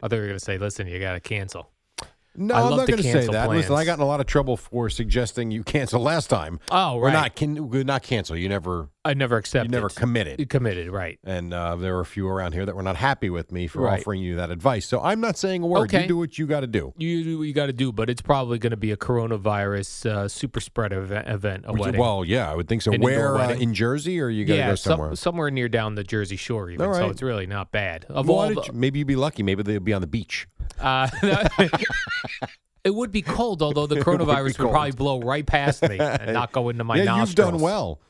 Speaker 2: thought you were going to say, "Listen, you got to cancel."
Speaker 3: no,
Speaker 2: I
Speaker 3: I'm
Speaker 2: love
Speaker 3: not
Speaker 2: to
Speaker 3: going to say
Speaker 2: cancel
Speaker 3: that. Listen,
Speaker 2: plans.
Speaker 3: I got in a lot of trouble for suggesting you cancel last time.
Speaker 2: Oh,
Speaker 3: Or
Speaker 2: right.
Speaker 3: not can we're not cancel. You never
Speaker 2: I never accepted.
Speaker 3: you never
Speaker 2: You
Speaker 3: committed.
Speaker 2: committed, right?
Speaker 3: And uh, there were a few around here that were not happy with me for
Speaker 2: Right.
Speaker 3: offering you that advice. So I'm not saying a word.
Speaker 2: Okay.
Speaker 3: You do what you got to do.
Speaker 2: You do what you got to do, but it's probably going to be a coronavirus uh, super spreader event. event a wedding.
Speaker 3: Well, yeah, I would think so.
Speaker 2: An indoor
Speaker 3: Where uh,
Speaker 2: wedding.
Speaker 3: in Jersey, or you got to
Speaker 2: yeah,
Speaker 3: go
Speaker 2: some-
Speaker 3: somewhere?
Speaker 2: somewhere near down the Jersey Shore, even.
Speaker 3: All
Speaker 2: So
Speaker 3: right.
Speaker 2: it's really not bad. Of
Speaker 3: Why
Speaker 2: all
Speaker 3: did
Speaker 2: the-
Speaker 3: you- maybe you'd be lucky. Maybe they'll be on the beach.
Speaker 2: Uh, it would be cold, although the
Speaker 3: would be
Speaker 2: coronavirus would,
Speaker 3: cold.
Speaker 2: probably blow right past me and not go into my
Speaker 3: yeah,
Speaker 2: nostrils.
Speaker 3: you've done well.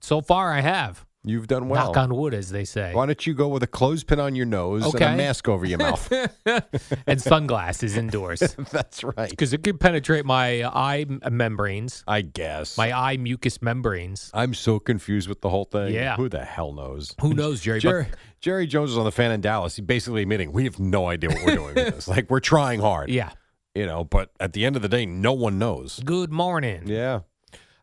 Speaker 2: So far, I have.
Speaker 3: You've done well.
Speaker 2: Knock on wood, as they say.
Speaker 3: Why don't you go with a clothespin on your nose and
Speaker 2: Okay.
Speaker 3: a mask over your mouth?
Speaker 2: and sunglasses indoors
Speaker 3: That's right.
Speaker 2: because it could penetrate my eye m- uh, membranes,
Speaker 3: I guess.
Speaker 2: my eye mucous membranes.
Speaker 3: I'm so confused with the whole thing.
Speaker 2: Yeah.
Speaker 3: Who the hell knows?
Speaker 2: Who knows, Jerry? but-
Speaker 3: Jerry, Jerry Jones is on the fan in Dallas. He's basically admitting we have no idea what we're doing with this. Like we're trying hard.
Speaker 2: yeah.
Speaker 3: You know, but at the end of the day, no one knows.
Speaker 2: Good morning.
Speaker 3: Yeah.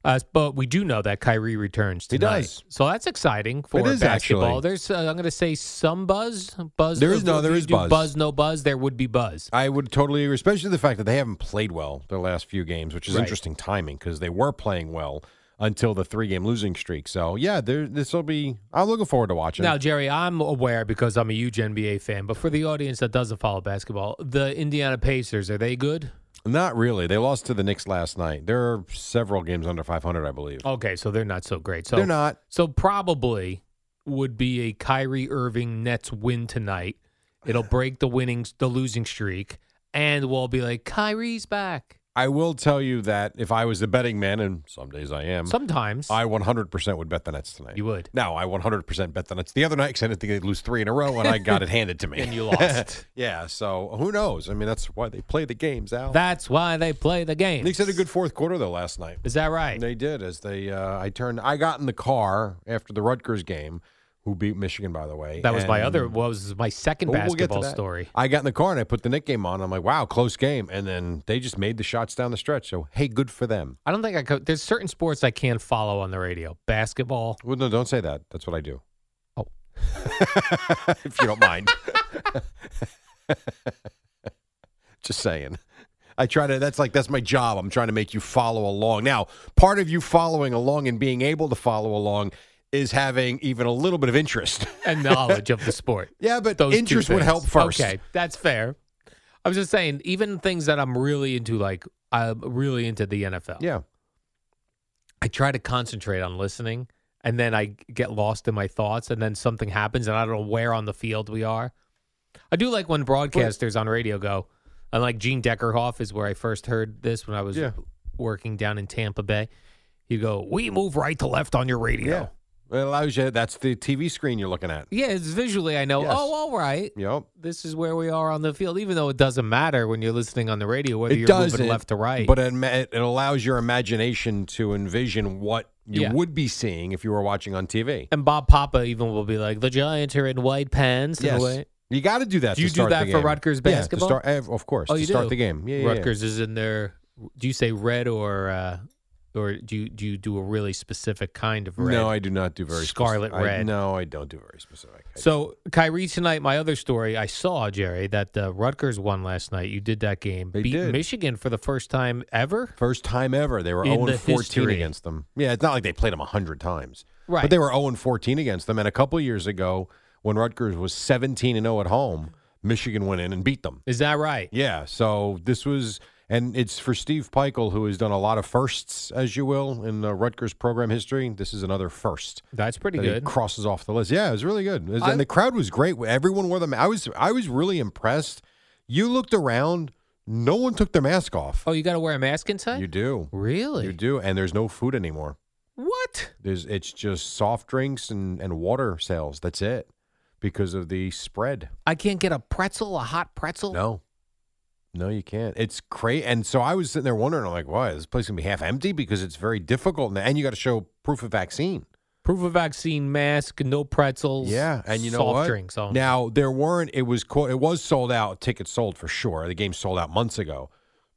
Speaker 2: Uh, but we do know that Kyrie returns
Speaker 3: He
Speaker 2: tonight.
Speaker 3: does.
Speaker 2: So that's exciting for
Speaker 3: It is,
Speaker 2: basketball.
Speaker 3: actually.
Speaker 2: There's, uh, I'm going to say some buzz. Buzz.
Speaker 3: There is-
Speaker 2: if
Speaker 3: no, there
Speaker 2: you
Speaker 3: is
Speaker 2: do
Speaker 3: buzz. Ah,
Speaker 2: Buzz, no buzz. There would be buzz.
Speaker 3: I would totally agree, especially the fact that they haven't played well their last few games, which is
Speaker 2: Right.
Speaker 3: interesting timing because they were playing well until the three game losing streak. So yeah, there this will be I'm looking forward to watching.
Speaker 2: Now, Jerry, I'm aware because I'm a huge NBA fan, but for the audience that doesn't follow basketball, the Indiana Pacers, are they good?
Speaker 3: Not really. They lost to the Knicks last night. There are several games under five hundred, I believe.
Speaker 2: Okay, so they're not so great. Oh, So
Speaker 3: They're not.
Speaker 2: So probably would be a Kyrie Irving Nets win tonight. It'll break the winning the losing streak, and we'll be like Kyrie's back.
Speaker 3: I will tell you that if I was a betting man, and some days I am,
Speaker 2: Sometimes
Speaker 3: Um, I 100% would bet the Nets tonight.
Speaker 2: You would.
Speaker 3: Now, I 100% bet the Nets the other night because I didn't think they'd lose three in a row, and I got it handed to me.
Speaker 2: and you lost.
Speaker 3: yeah, so who knows? I mean, that's why they play the games, Al.
Speaker 2: That's why they play the game.
Speaker 3: Knicks had a good fourth quarter, though, last night.
Speaker 2: Is that right?
Speaker 3: They did as they, uh, I turned, I got in the car after the Rutgers game, who beat Michigan, by the way.
Speaker 2: That was my
Speaker 3: and-
Speaker 2: other. What was my 2nd
Speaker 3: But we'll get to
Speaker 2: basketball
Speaker 3: that.
Speaker 2: story?
Speaker 3: I got in the car and I put the Nick game on. I'm like, wow, close game. And then they just made the shots down the stretch. So, hey, good for them.
Speaker 2: I don't think I could. There's certain sports I can't follow on the radio. Basketball.
Speaker 3: Well, no, don't say that. That's what I do.
Speaker 2: Oh.
Speaker 3: if you don't mind. Just saying. I try to, that's like, that's my job. I'm trying to make you follow along. Now, part of you following along and being able to follow along is having even a little bit of interest.
Speaker 2: and knowledge of the sport.
Speaker 3: Yeah, but
Speaker 2: Those two
Speaker 3: interest would
Speaker 2: things.
Speaker 3: help first.
Speaker 2: Okay, that's fair. I was just saying, even things that I'm really into, like I'm really into the NFL.
Speaker 3: Yeah.
Speaker 2: I try to concentrate on listening, and then I get lost in my thoughts, and then something happens, and I don't know where on the field we are. I do like when broadcasters on radio go, and like Gene Deckerhoff is where I first heard this when I was
Speaker 3: Yeah.
Speaker 2: working down in Tampa Bay. You go, we move right to left on your radio.
Speaker 3: It allows you, that's the TV screen you're looking at.
Speaker 2: Yeah, it's visually I know.
Speaker 3: Yes.
Speaker 2: Oh, all right.
Speaker 3: Yep.
Speaker 2: this is where we are on the field, even though it doesn't matter when you're listening on the radio whether you're moving left to right.
Speaker 3: But it, ma- it allows your imagination to envision what you
Speaker 2: Yeah.
Speaker 3: would be seeing if you were watching on TV.
Speaker 2: and Bob Papa even will be like, the Giants are in white pants. In a way.
Speaker 3: You got to do that.
Speaker 2: Do
Speaker 3: to
Speaker 2: you do
Speaker 3: start
Speaker 2: that
Speaker 3: the
Speaker 2: for
Speaker 3: game.
Speaker 2: Rutgers
Speaker 3: Yeah, to
Speaker 2: basketball?
Speaker 3: start- eh, of course.
Speaker 2: Oh,
Speaker 3: to
Speaker 2: you
Speaker 3: start
Speaker 2: do?
Speaker 3: the game. Yeah, yeah, yeah.
Speaker 2: Rutgers is in there. Do you say red or uh, or do you, do you do a really specific kind of red?
Speaker 3: No, I do not do very
Speaker 2: Scarlet
Speaker 3: specific. I-
Speaker 2: red.
Speaker 3: no, I don't do very specific. I-
Speaker 2: So Kyrie tonight, my other story I saw Jerry that uh, Rutgers won last night. You did that game,
Speaker 3: They
Speaker 2: beat
Speaker 3: did.
Speaker 2: Michigan for the first time ever.
Speaker 3: First time ever they were
Speaker 2: In
Speaker 3: 0
Speaker 2: the
Speaker 3: 14
Speaker 2: history.
Speaker 3: against them. Yeah, it's not like they played them 100 times.
Speaker 2: Right.
Speaker 3: But they were 0 14 against them. And a couple years ago, when Rutgers was 17 and 0 at home, Michigan went in and beat them.
Speaker 2: Is that right?
Speaker 3: Yeah. So this was, and it's for Steve Peichel, who has done a lot of firsts, as you will, in uh, Rutgers program history. This is another first.
Speaker 2: That's pretty
Speaker 3: that he
Speaker 2: good.
Speaker 3: crosses off the list. Yeah, it was really good. It was-
Speaker 2: I-
Speaker 3: and the crowd was great. Everyone wore them. I was I was really impressed. You looked around. No one took their mask off.
Speaker 2: oh, you got to wear a mask inside.
Speaker 3: you do.
Speaker 2: really?
Speaker 3: You do. And there's no food anymore.
Speaker 2: What?
Speaker 3: There's it's just soft drinks and and water sales. That's it because of the spread.
Speaker 2: I can't get a pretzel, a hot pretzel.
Speaker 3: No. No, you can't. It's crazy. And so I was sitting there wondering, I'm like, why? This place going to be half empty because it's very difficult. now. And you got to show proof of vaccine.
Speaker 2: Proof of vaccine mask, no pretzels.
Speaker 3: Yeah, and you know
Speaker 2: soft
Speaker 3: what?
Speaker 2: drinks. Only.
Speaker 3: Now there weren't. It was quote. It was sold out. Tickets sold for sure. The game sold out months ago,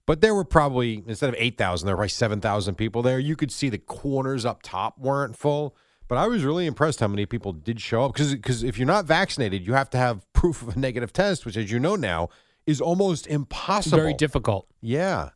Speaker 3: but there were probably instead of eight thousand, there were probably seven thousand people there. You could see the corners up top weren't full. But I was really impressed how many people did show up because if you're not vaccinated, you have to have proof of a negative test, which as you know now is almost impossible.
Speaker 2: very difficult.
Speaker 3: Yeah.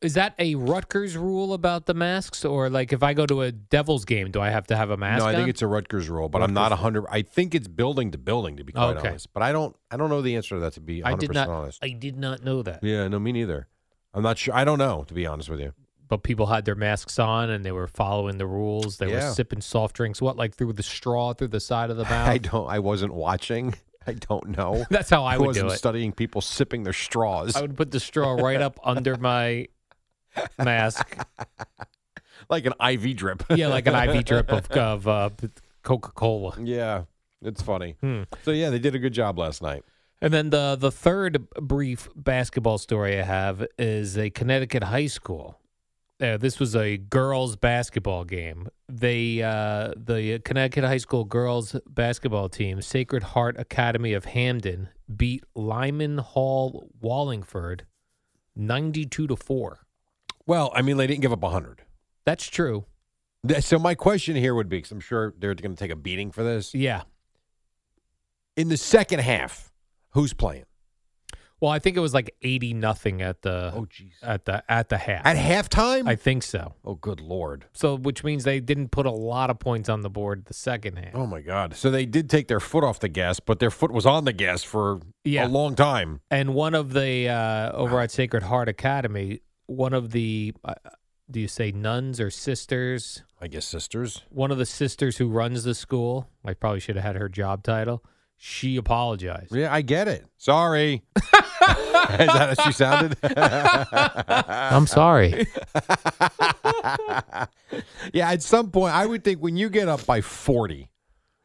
Speaker 2: Is that a Rutgers rule about the masks, or like if I go to a Devils game, do I have to have a mask?
Speaker 3: no, I think
Speaker 2: on?
Speaker 3: it's a Rutgers rule, but I'm not
Speaker 2: Rutgers
Speaker 3: hundred. I think it's building to building to be quite
Speaker 2: Okay.
Speaker 3: honest. But I don't. I don't know the answer to that. To be
Speaker 2: I
Speaker 3: 100
Speaker 2: did
Speaker 3: percent
Speaker 2: not.
Speaker 3: honest.
Speaker 2: I did not know that.
Speaker 3: Yeah, no, me neither. I'm not sure. I don't know, to be honest with you.
Speaker 2: But people had their masks on and they were following the rules. They
Speaker 3: Yeah.
Speaker 2: were sipping soft drinks. What, like through the straw, through the side of the mouth?
Speaker 3: I don't. I wasn't watching. I don't know.
Speaker 2: That's how I would
Speaker 3: wasn't
Speaker 2: do it.
Speaker 3: studying people sipping their straws
Speaker 2: I would put the straw right up under my mask.
Speaker 3: like an IV drip.
Speaker 2: yeah, like an IV drip of, of uh, Coca Cola.
Speaker 3: yeah, it's funny.
Speaker 2: Hmm.
Speaker 3: So yeah, they did a good job last night.
Speaker 2: And then the the third brief basketball story I have is a Connecticut high school. Uh, this was a girls basketball game. They uh, the Connecticut high school girls basketball team, Sacred Heart Academy of Hamden, beat Lyman Hall Wallingford ninety two to four.
Speaker 3: Well, I mean, they didn't give up 100.
Speaker 2: That's true.
Speaker 3: Th- So my question here would be, because I'm sure they're going to take a beating for this.
Speaker 2: Yeah.
Speaker 3: In the second half, who's playing?
Speaker 2: Well, I think it was like eighty nothing at the
Speaker 3: Oh, jeez.
Speaker 2: at the at the half.
Speaker 3: At halftime?
Speaker 2: I think so.
Speaker 3: oh, good lord.
Speaker 2: So, which means they didn't put a lot of points on the board the second half.
Speaker 3: Oh my god. So they did take their foot off the gas, but their foot was on the gas for
Speaker 2: Yeah.
Speaker 3: a long time.
Speaker 2: And one of the uh, over at Sacred Heart Academy, one of the uh, do you say nuns or sisters?
Speaker 3: I guess sisters.
Speaker 2: One of the sisters who runs the school. I probably should have had her job title. She apologized.
Speaker 3: Yeah, I get it. Sorry. Is that how she sounded?
Speaker 2: I'm sorry.
Speaker 3: yeah, at some point I would think when you get up by 40,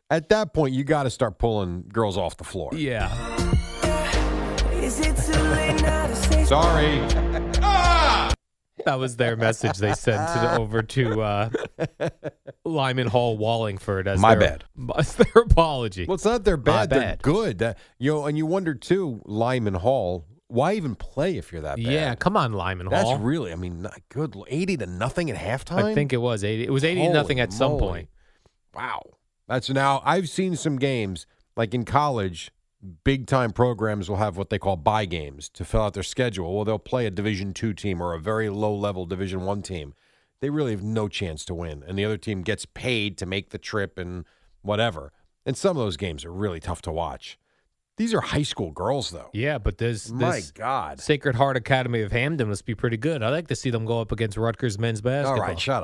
Speaker 3: at that point you got to start pulling girls off the floor.
Speaker 2: yeah.
Speaker 6: Is it too late now to say
Speaker 3: Sorry.
Speaker 2: That was their message they sent to the, over to uh, Lyman Hall Wallingford as
Speaker 3: My
Speaker 2: their,
Speaker 3: bad.
Speaker 2: As their apology.
Speaker 3: Well, it's not they're bad. They're
Speaker 2: bad.
Speaker 3: good. That- you know, and you wonder too, Lyman Hall, why even play if you're that bad?
Speaker 2: yeah, come on, Lyman
Speaker 3: That's
Speaker 2: Hall.
Speaker 3: really, I mean, not good. lo- 80 to nothing at halftime?
Speaker 2: I think it was 80. It was 80
Speaker 3: Holy
Speaker 2: nothing at some
Speaker 3: moly.
Speaker 2: point.
Speaker 3: Wow. That's now, I've seen some games, like in college, big time programs will have what they call bye games to fill out their schedule. Well, they'll play a Division two team or a very low level Division one team. They really have no chance to win. And the other team gets paid to make the trip and whatever. And some of those games are really tough to watch. These are high school girls, though.
Speaker 2: Yeah, but this
Speaker 3: My
Speaker 2: this
Speaker 3: God.
Speaker 2: Sacred Heart Academy of Hamden must be pretty good. I'd like to see them go up against Rutgers men's
Speaker 3: All
Speaker 2: basketball.
Speaker 3: right, shut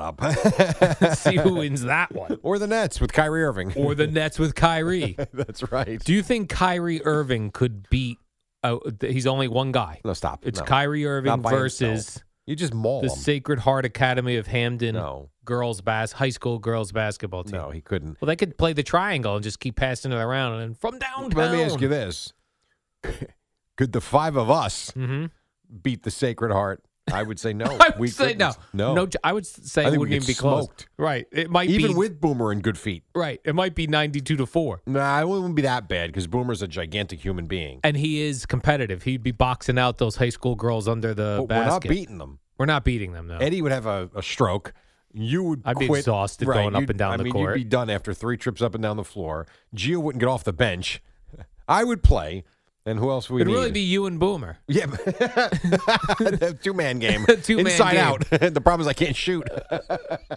Speaker 3: up.
Speaker 2: see who wins that one.
Speaker 3: or the Nets with Kyrie Irving.
Speaker 2: Or the Nets with Kyrie.
Speaker 3: That's right.
Speaker 2: Do you think Kyrie Irving could beat? Uh, th- he's only one guy.
Speaker 3: no, stop.
Speaker 2: It's
Speaker 3: No.
Speaker 2: Kyrie Irving
Speaker 3: Not by
Speaker 2: versus
Speaker 3: himself. You just maul
Speaker 2: the
Speaker 3: him.
Speaker 2: Sacred Heart Academy of Hamden
Speaker 3: No.
Speaker 2: girls bas- high school girls basketball team.
Speaker 3: No, he couldn't.
Speaker 2: Well, they could play the triangle and just keep passing it around and from downtown.
Speaker 3: Let me ask you this: Could the five of us
Speaker 2: Mhm.
Speaker 3: beat the Sacred Heart? I would say no.
Speaker 2: I would
Speaker 3: Oh, We
Speaker 2: say no.
Speaker 3: couldn't. No.
Speaker 2: no. ch- I would s- say
Speaker 3: I
Speaker 2: it
Speaker 3: think we
Speaker 2: wouldn't
Speaker 3: get
Speaker 2: even be close.
Speaker 3: smoked.
Speaker 2: Right. It might
Speaker 3: Even
Speaker 2: be
Speaker 3: with Boomer and good feet.
Speaker 2: Right. It might be 92 to 4.
Speaker 3: Nah, it wouldn't be that bad because Boomer's a gigantic human being.
Speaker 2: And he is competitive. He'd be boxing out those high school girls under the
Speaker 3: but we're not
Speaker 2: basket.
Speaker 3: beating them.
Speaker 2: We're not beating them, though.
Speaker 3: Eddie would have a, a stroke. You would
Speaker 2: I'd be
Speaker 3: quit.
Speaker 2: exhausted going up
Speaker 3: you'd-
Speaker 2: and down
Speaker 3: I
Speaker 2: the
Speaker 3: mean,
Speaker 2: court.
Speaker 3: You'd be done after three trips up and down the floor. Gio wouldn't get off the bench. I would play. And who else would we
Speaker 2: It'd
Speaker 3: need?
Speaker 2: really be you and Boomer.
Speaker 3: Yeah, two man game,
Speaker 2: Two-man
Speaker 3: inside
Speaker 2: game.
Speaker 3: out. the problem is I can't shoot.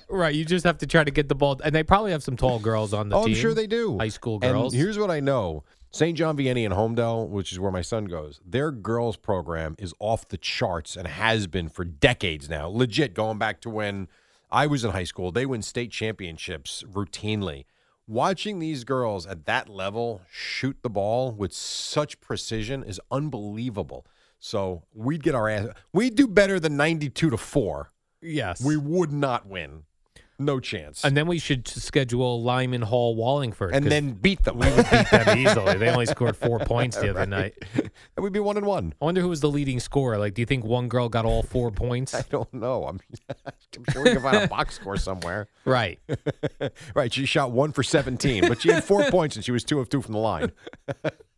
Speaker 2: Right. You just have to try to get the ball. And they probably have some tall girls on the
Speaker 3: oh,
Speaker 2: team.
Speaker 3: I'm sure they do.
Speaker 2: High school
Speaker 3: And
Speaker 2: girls.
Speaker 3: here's what I know: St. John Vianney and Homedale, which is where my son goes, their girls program is off the charts and has been for decades now. Legit, going back to when I was in high school, they win state championships routinely. Watching these girls at that level shoot the ball with such precision is unbelievable. So we'd get our ass. We'd do better than ninety-two to four.
Speaker 2: yes.
Speaker 3: We would not win. No chance.
Speaker 2: and then we should schedule Lyman Hall Wallingford.
Speaker 3: And
Speaker 2: 'cause
Speaker 3: then beat them.
Speaker 2: we would beat them easily. They only scored four points the other night.
Speaker 3: and we'd be one and one.
Speaker 2: I wonder who was the leading scorer. Like, do you think one girl got all four points?
Speaker 3: I don't know. I'm, I'm sure we can find a box score somewhere.
Speaker 2: right.
Speaker 3: right. She shot one for 17, but she had four points and she was two of two from the line.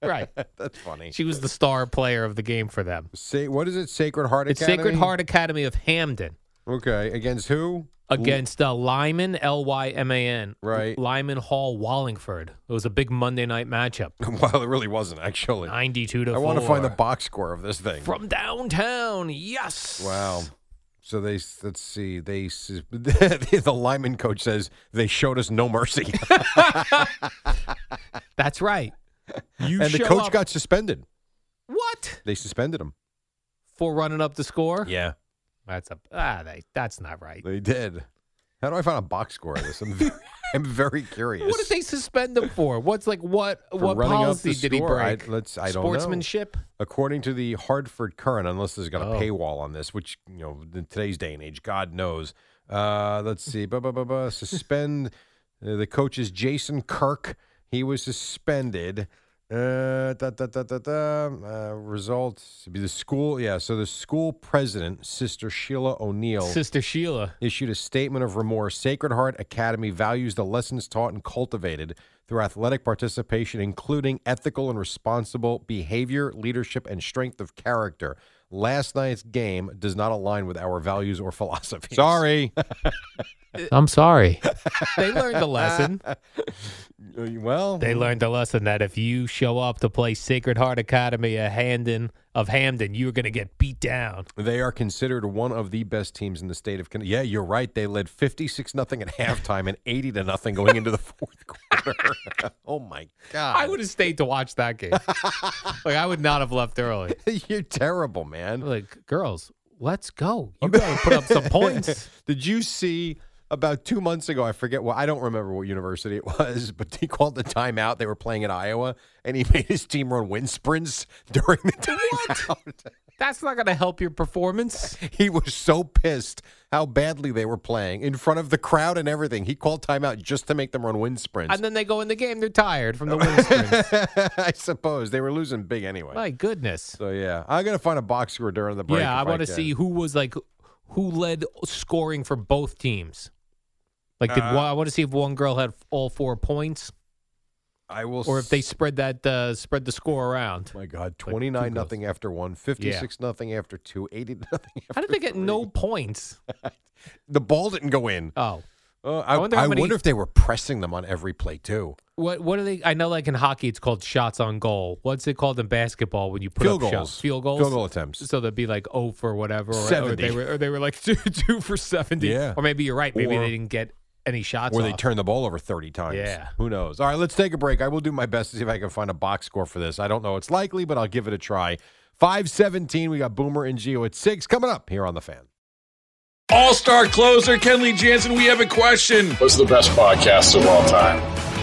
Speaker 2: Right.
Speaker 3: That's funny.
Speaker 2: She was the star player of the game for them.
Speaker 3: Say, what is it? Sacred Heart
Speaker 2: It's
Speaker 3: Academy?
Speaker 2: Sacred Heart Academy of Hamden.
Speaker 3: Okay. Against who?
Speaker 2: against uh, Lyman, L Y M A N.
Speaker 3: Right.
Speaker 2: Lyman Hall Wallingford. It was a big Monday night matchup.
Speaker 3: Well, it really wasn't, actually.
Speaker 2: 92 to
Speaker 3: I want to find the
Speaker 2: four.
Speaker 3: box score of this thing.
Speaker 2: From downtown. Yes.
Speaker 3: Wow. So they s- let's see they s- the lineman coach says they showed us no mercy
Speaker 2: That's right. You
Speaker 3: and the
Speaker 2: show
Speaker 3: coach
Speaker 2: up-
Speaker 3: got suspended
Speaker 2: what?
Speaker 3: they suspended him
Speaker 2: For running up the score?
Speaker 3: yeah
Speaker 2: That's a ah, they, that's not right.
Speaker 3: They did. How do I find a box score of this? I'm very, I'm very curious.
Speaker 2: What did they suspend him for? What's like what
Speaker 3: For
Speaker 2: what
Speaker 3: running up
Speaker 2: policy
Speaker 3: the
Speaker 2: did he
Speaker 3: score, I-
Speaker 2: break?
Speaker 3: let's- I don't know.
Speaker 2: Sportsmanship?
Speaker 3: According to the Hartford Current, unless there's got a
Speaker 2: Oh.
Speaker 3: paywall on this, which you know in today's day and age, God knows, Uh, let's see. Ba, ba, ba, ba. Suspend. uh, the coach is Jason Kirk. He was suspended. Uh, da, da, da, da, da. Uh, results be the school. Yeah. So the school president, Sister Sheila O'Neill,
Speaker 2: Sister Sheila.
Speaker 3: issued a statement of remorse. Sacred Heart Academy values the lessons taught and cultivated through athletic participation, including ethical and responsible behavior, leadership, and strength of character. Last night's game does not align with our values or philosophy. Sorry.
Speaker 2: I'm sorry. they learned the lesson.
Speaker 3: well,
Speaker 2: They learned the lesson that if you show up to play Sacred Heart Academy of Hamden, of Hamden, you're going to get beat down.
Speaker 3: They are considered one of the best teams in the state of Connecticut. Yeah, you're right. They led 56 nothing at halftime and 80 to nothing going into the fourth quarter. oh my god.
Speaker 2: I would have stayed to watch that game. like I would not have left early.
Speaker 3: You're terrible, man.
Speaker 2: Like girls, let's go. You got to put up some points.
Speaker 3: Did you see about 2 months ago, I forget what I don't remember what university it was, but he called the timeout. They were playing at Iowa and he made his team run wind sprints during the timeout.
Speaker 2: That's not going to help your performance.
Speaker 3: He was so pissed how badly they were playing in front of the crowd and everything. He called timeout just to make them run wind sprints.
Speaker 2: And then they go in the game. They're tired from the win streaks.
Speaker 3: I suppose they were losing big anyway.
Speaker 2: My goodness.
Speaker 3: so yeah, I gotta find a box score during the break.
Speaker 2: yeah, I
Speaker 3: if
Speaker 2: want to
Speaker 3: can.
Speaker 2: see who was like who led scoring for both teams. Like, did one, I want to see if one girl had all four points,
Speaker 3: I will.
Speaker 2: or if they
Speaker 3: s- Oh
Speaker 2: spread that uh, spread the score around.
Speaker 3: My God, twenty nine
Speaker 2: goes-
Speaker 3: nothing after one, 56 nothing after two, 80 nothing.
Speaker 2: How did they get no points?
Speaker 3: The ball didn't go in.
Speaker 2: Oh,
Speaker 3: Uh, I, I,
Speaker 2: wonder
Speaker 3: wonder,
Speaker 2: how many-
Speaker 3: if they were pressing them on every play too.
Speaker 2: what what are they? I know, like in hockey, it's called shots on goal. What's it called in basketball when you put
Speaker 3: Field
Speaker 2: up
Speaker 3: goals,
Speaker 2: shots? Field goals,
Speaker 3: field goal attempts.
Speaker 2: So they'd be like oh for whatever, or, or
Speaker 3: 70.
Speaker 2: they were or they were like two, two for seventy.
Speaker 3: Yeah.
Speaker 2: or maybe you're right. Maybe
Speaker 3: Or-
Speaker 2: they didn't get any shots.
Speaker 3: Where they
Speaker 2: off.
Speaker 3: turn the ball over 30 times.
Speaker 2: Yeah.
Speaker 3: Who knows? All right, let's take a break. I will do my best to see if I can find a box score for this. I don't know it's likely, but I'll give it a try. 517, we got Boomer and Geo at 6 coming up here on The Fan.
Speaker 7: All star closer Kenley Jansen, we have a question.
Speaker 4: What's the best podcast of all time?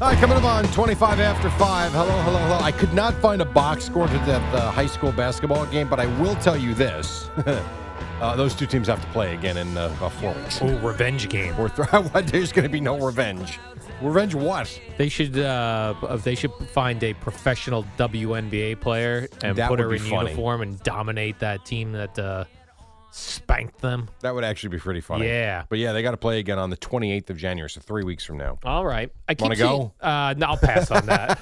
Speaker 3: All right, coming up on 25 after 5. Hello, hello, hello. I could not find a box score to that the high school basketball game, but I will tell you this. uh, those two teams have to play again in uh, about four weeks.
Speaker 2: Oh, revenge game.
Speaker 3: We're th- There's going to be no revenge. Revenge what?
Speaker 2: They should uh, uh, they should find a professional WNBA player and
Speaker 3: That
Speaker 2: put
Speaker 3: would
Speaker 2: her
Speaker 3: be
Speaker 2: in
Speaker 3: funny.
Speaker 2: uniform and dominate that team that uh, spanked them.
Speaker 3: That would actually be pretty funny.
Speaker 2: Yeah.
Speaker 3: But yeah, they got to play again on the 28th of January, so three weeks from now.
Speaker 2: All right, I keep
Speaker 3: Wanna
Speaker 2: seeing- Uh, no, I'll pass on that.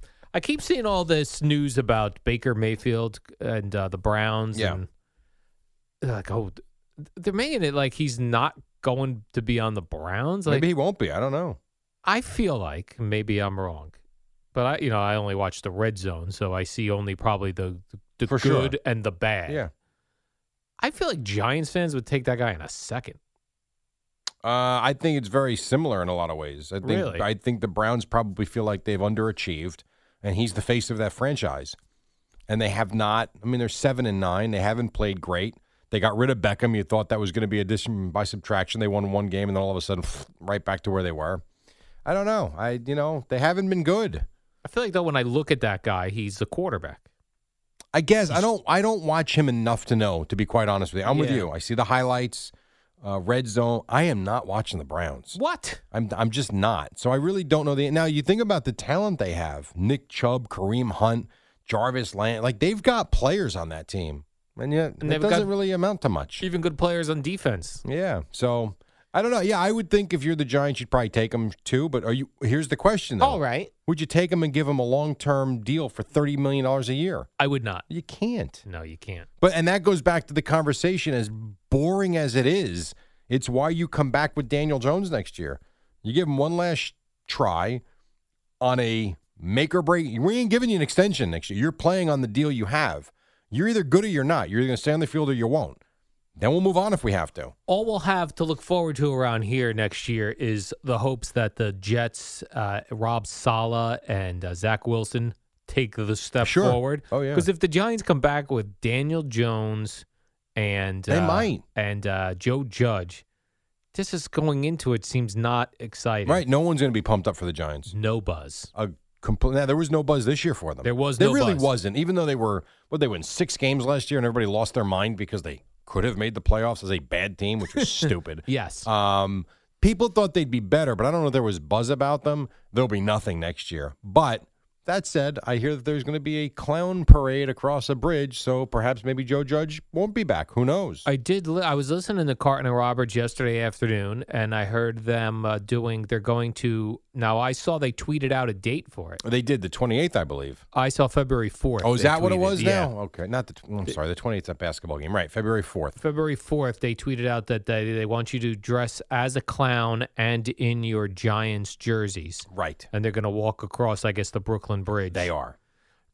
Speaker 2: I keep seeing all this news about Baker Mayfield and uh, the Browns.
Speaker 3: Yeah.
Speaker 2: and like oh, they're making it like he's not going to be on the Browns. Like,
Speaker 3: Maybe he won't be. I don't know.
Speaker 2: I feel like maybe I'm wrong, but I you know I only watch the red zone, so I see only probably the the
Speaker 3: For sure.
Speaker 2: good and the bad.
Speaker 3: Yeah.
Speaker 2: I feel like Giants fans would take that guy in a second.
Speaker 3: Uh, I think it's very similar in a lot of ways. I think,
Speaker 2: Really?
Speaker 3: I think the Browns probably feel like they've underachieved, and he's the face of that franchise. And they have not. I mean, they're seven and nine. They haven't played great. They got rid of Beckham. You thought that was going to be addition by subtraction. They won one game, and then all of a sudden, right back to where they were. I don't know. I you know they haven't been good.
Speaker 2: I feel like though when I look at that guy, he's the quarterback.
Speaker 3: I guess I don't. I don't watch him enough to know. To be quite honest with you, I'm with
Speaker 2: Yeah.
Speaker 3: you. I see the highlights, uh, red zone. I am not watching the Browns.
Speaker 2: What?
Speaker 3: I'm I'm just not. So I really don't know the now you think about the talent they have. Nick Chubb, Kareem Hunt, Jarvis Land, like they've got players on that team. And yet
Speaker 2: And
Speaker 3: it
Speaker 2: they've
Speaker 3: doesn't
Speaker 2: got-
Speaker 3: really amount to much.
Speaker 2: Even good players on defense.
Speaker 3: Yeah. So I don't know. Yeah, I would think if you're the Giants you'd probably take him too, but are you here's the question though.
Speaker 2: All right.
Speaker 3: Would you take him and give him a long-term deal for 30 million dollars a year?
Speaker 2: I would not.
Speaker 3: You can't.
Speaker 2: No, you can't.
Speaker 3: But and that goes back to the conversation as boring as it is, it's why you come back with Daniel Jones next year. You give him one last try on a make or break. We ain't giving you an extension next year. You're playing on the deal you have. You're either good or you're not. You're either going to stay on the field or you won't. Then we'll move on if we have to.
Speaker 2: all we'll have to look forward to around here next year is the hopes that the Jets, uh, Rob Sala and uh, Zach Wilson, take the step
Speaker 3: Sure.
Speaker 2: forward.
Speaker 3: Oh, yeah.
Speaker 2: Because if the Giants come back with Daniel Jones and
Speaker 3: They
Speaker 2: uh,
Speaker 3: might.
Speaker 2: and uh, Joe Judge, this is going into it seems not exciting.
Speaker 3: Right? No one's going to be pumped up for the Giants.
Speaker 2: No buzz.
Speaker 3: A compl- now, there was no buzz this year for them.
Speaker 2: There was
Speaker 3: There
Speaker 2: no
Speaker 3: really
Speaker 2: buzz.
Speaker 3: wasn't. Even though they were, what they win six games last year, and everybody lost their mind because they could have made the playoffs as a bad team, which was stupid.
Speaker 2: Yes.
Speaker 3: Um, people thought they'd be better, but I don't know if there was buzz about them. There'll be nothing next year. But that said, I hear that there's going to be a clown parade across a bridge, so perhaps maybe Joe Judge won't be back. Who knows?
Speaker 2: I did. Li- I was listening to Carton and Roberts yesterday afternoon, and I heard them uh, doing. They're going to now. I saw they tweeted out a date for it.
Speaker 3: they did the 28th, I believe.
Speaker 2: I saw February 4th.
Speaker 3: Oh, is
Speaker 2: they
Speaker 3: that what it
Speaker 2: tweeted,
Speaker 3: was
Speaker 2: yeah.
Speaker 3: now? Okay, not the. tw- I'm sorry, the 28th at basketball game. Right, February 4th.
Speaker 2: February 4th, they tweeted out that they, they want you to dress as a clown and in your Giants jerseys.
Speaker 3: Right,
Speaker 2: And they're going to walk across, I guess, the Brooklyn Bridge.
Speaker 3: they are.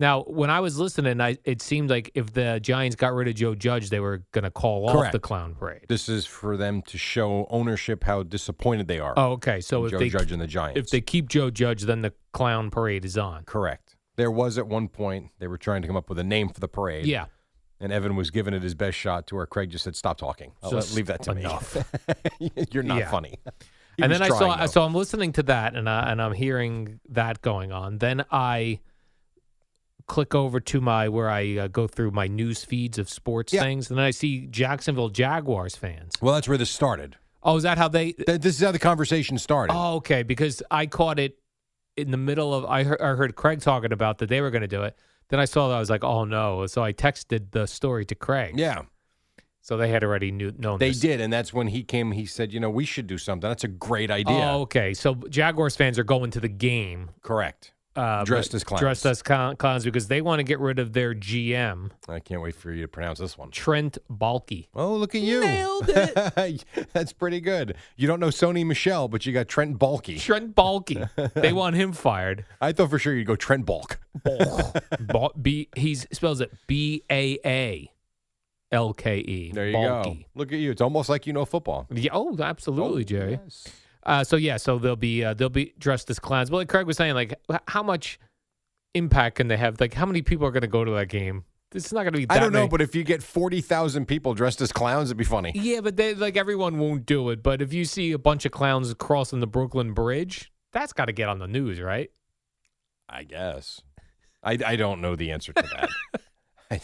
Speaker 2: Now, when I was listening, I, it seemed like if the Giants got rid of Joe Judge, they were going to call off the
Speaker 3: Correct.
Speaker 2: clown parade.
Speaker 3: This is for them to show ownership how disappointed they are.
Speaker 2: Oh, okay. So if
Speaker 3: Joe
Speaker 2: they
Speaker 3: Judge and the Giants.
Speaker 2: if they keep Joe Judge, then the clown parade is on.
Speaker 3: correct. There was at one point they were trying to come up with a name for the parade.
Speaker 2: Yeah.
Speaker 3: and Evan was giving it his best shot to where Craig just said, "Stop talking. I'll
Speaker 2: So
Speaker 3: let- leave that to
Speaker 2: enough.
Speaker 3: me. You're not
Speaker 2: Yeah.
Speaker 3: funny." He
Speaker 2: and
Speaker 3: was
Speaker 2: then I
Speaker 3: trying,
Speaker 2: saw,
Speaker 3: though.
Speaker 2: so I'm listening to that, and I, and I'm hearing that going on. Then I click over to my where I uh, go through my news feeds of sports
Speaker 3: Yeah.
Speaker 2: things, and then I see Jacksonville Jaguars fans.
Speaker 3: Well, that's where this started.
Speaker 2: Oh, is that how they?
Speaker 3: Th- This is how the conversation started.
Speaker 2: Oh, okay. Because I caught it in the middle of I heard, I heard Craig talking about that they were going to do it. Then I saw that I was like, oh no! So I texted the story to Craig.
Speaker 3: yeah.
Speaker 2: So they had already knew known. Oh,
Speaker 3: They
Speaker 2: this.
Speaker 3: did, and that's when he came. He said, "You know, we should do something. That's a great idea."
Speaker 2: Oh, okay. So Jaguars fans are going to the game
Speaker 3: Correct.
Speaker 2: uh,
Speaker 3: Dressed
Speaker 2: but-
Speaker 3: as clowns.
Speaker 2: Dressed as clown- clowns because they want to get rid of their GM,
Speaker 3: I can't wait for you to pronounce this one.
Speaker 2: Trent Balky.
Speaker 3: Oh, look at you! Nailed it. that's pretty good. You don't know Sony Michelle, but you got Trent Balky.
Speaker 2: Trent Balky. they want him fired.
Speaker 3: I thought for sure you'd go Trent Balk.
Speaker 2: Bal- B. He spells it B A A L K E.
Speaker 3: There you
Speaker 2: Balky.
Speaker 3: go. Look at you. It's almost like you know football.
Speaker 2: Yeah, oh, absolutely,
Speaker 3: Oh,
Speaker 2: Jerry.
Speaker 3: yes.
Speaker 2: Uh, so yeah, so they'll be uh, they'll be dressed as clowns. But like Craig was saying, like h- how much impact can they have? Like how many people are going to go to that game? It's not going to be. That
Speaker 3: I don't know,
Speaker 2: many-
Speaker 3: but if you get forty thousand people dressed as clowns, it'd be funny.
Speaker 2: Yeah, but they like everyone won't do it. But if you see a bunch of clowns crossing the Brooklyn Bridge, that's got to get on the news, right?
Speaker 3: I guess. I, I don't know the answer to that. I,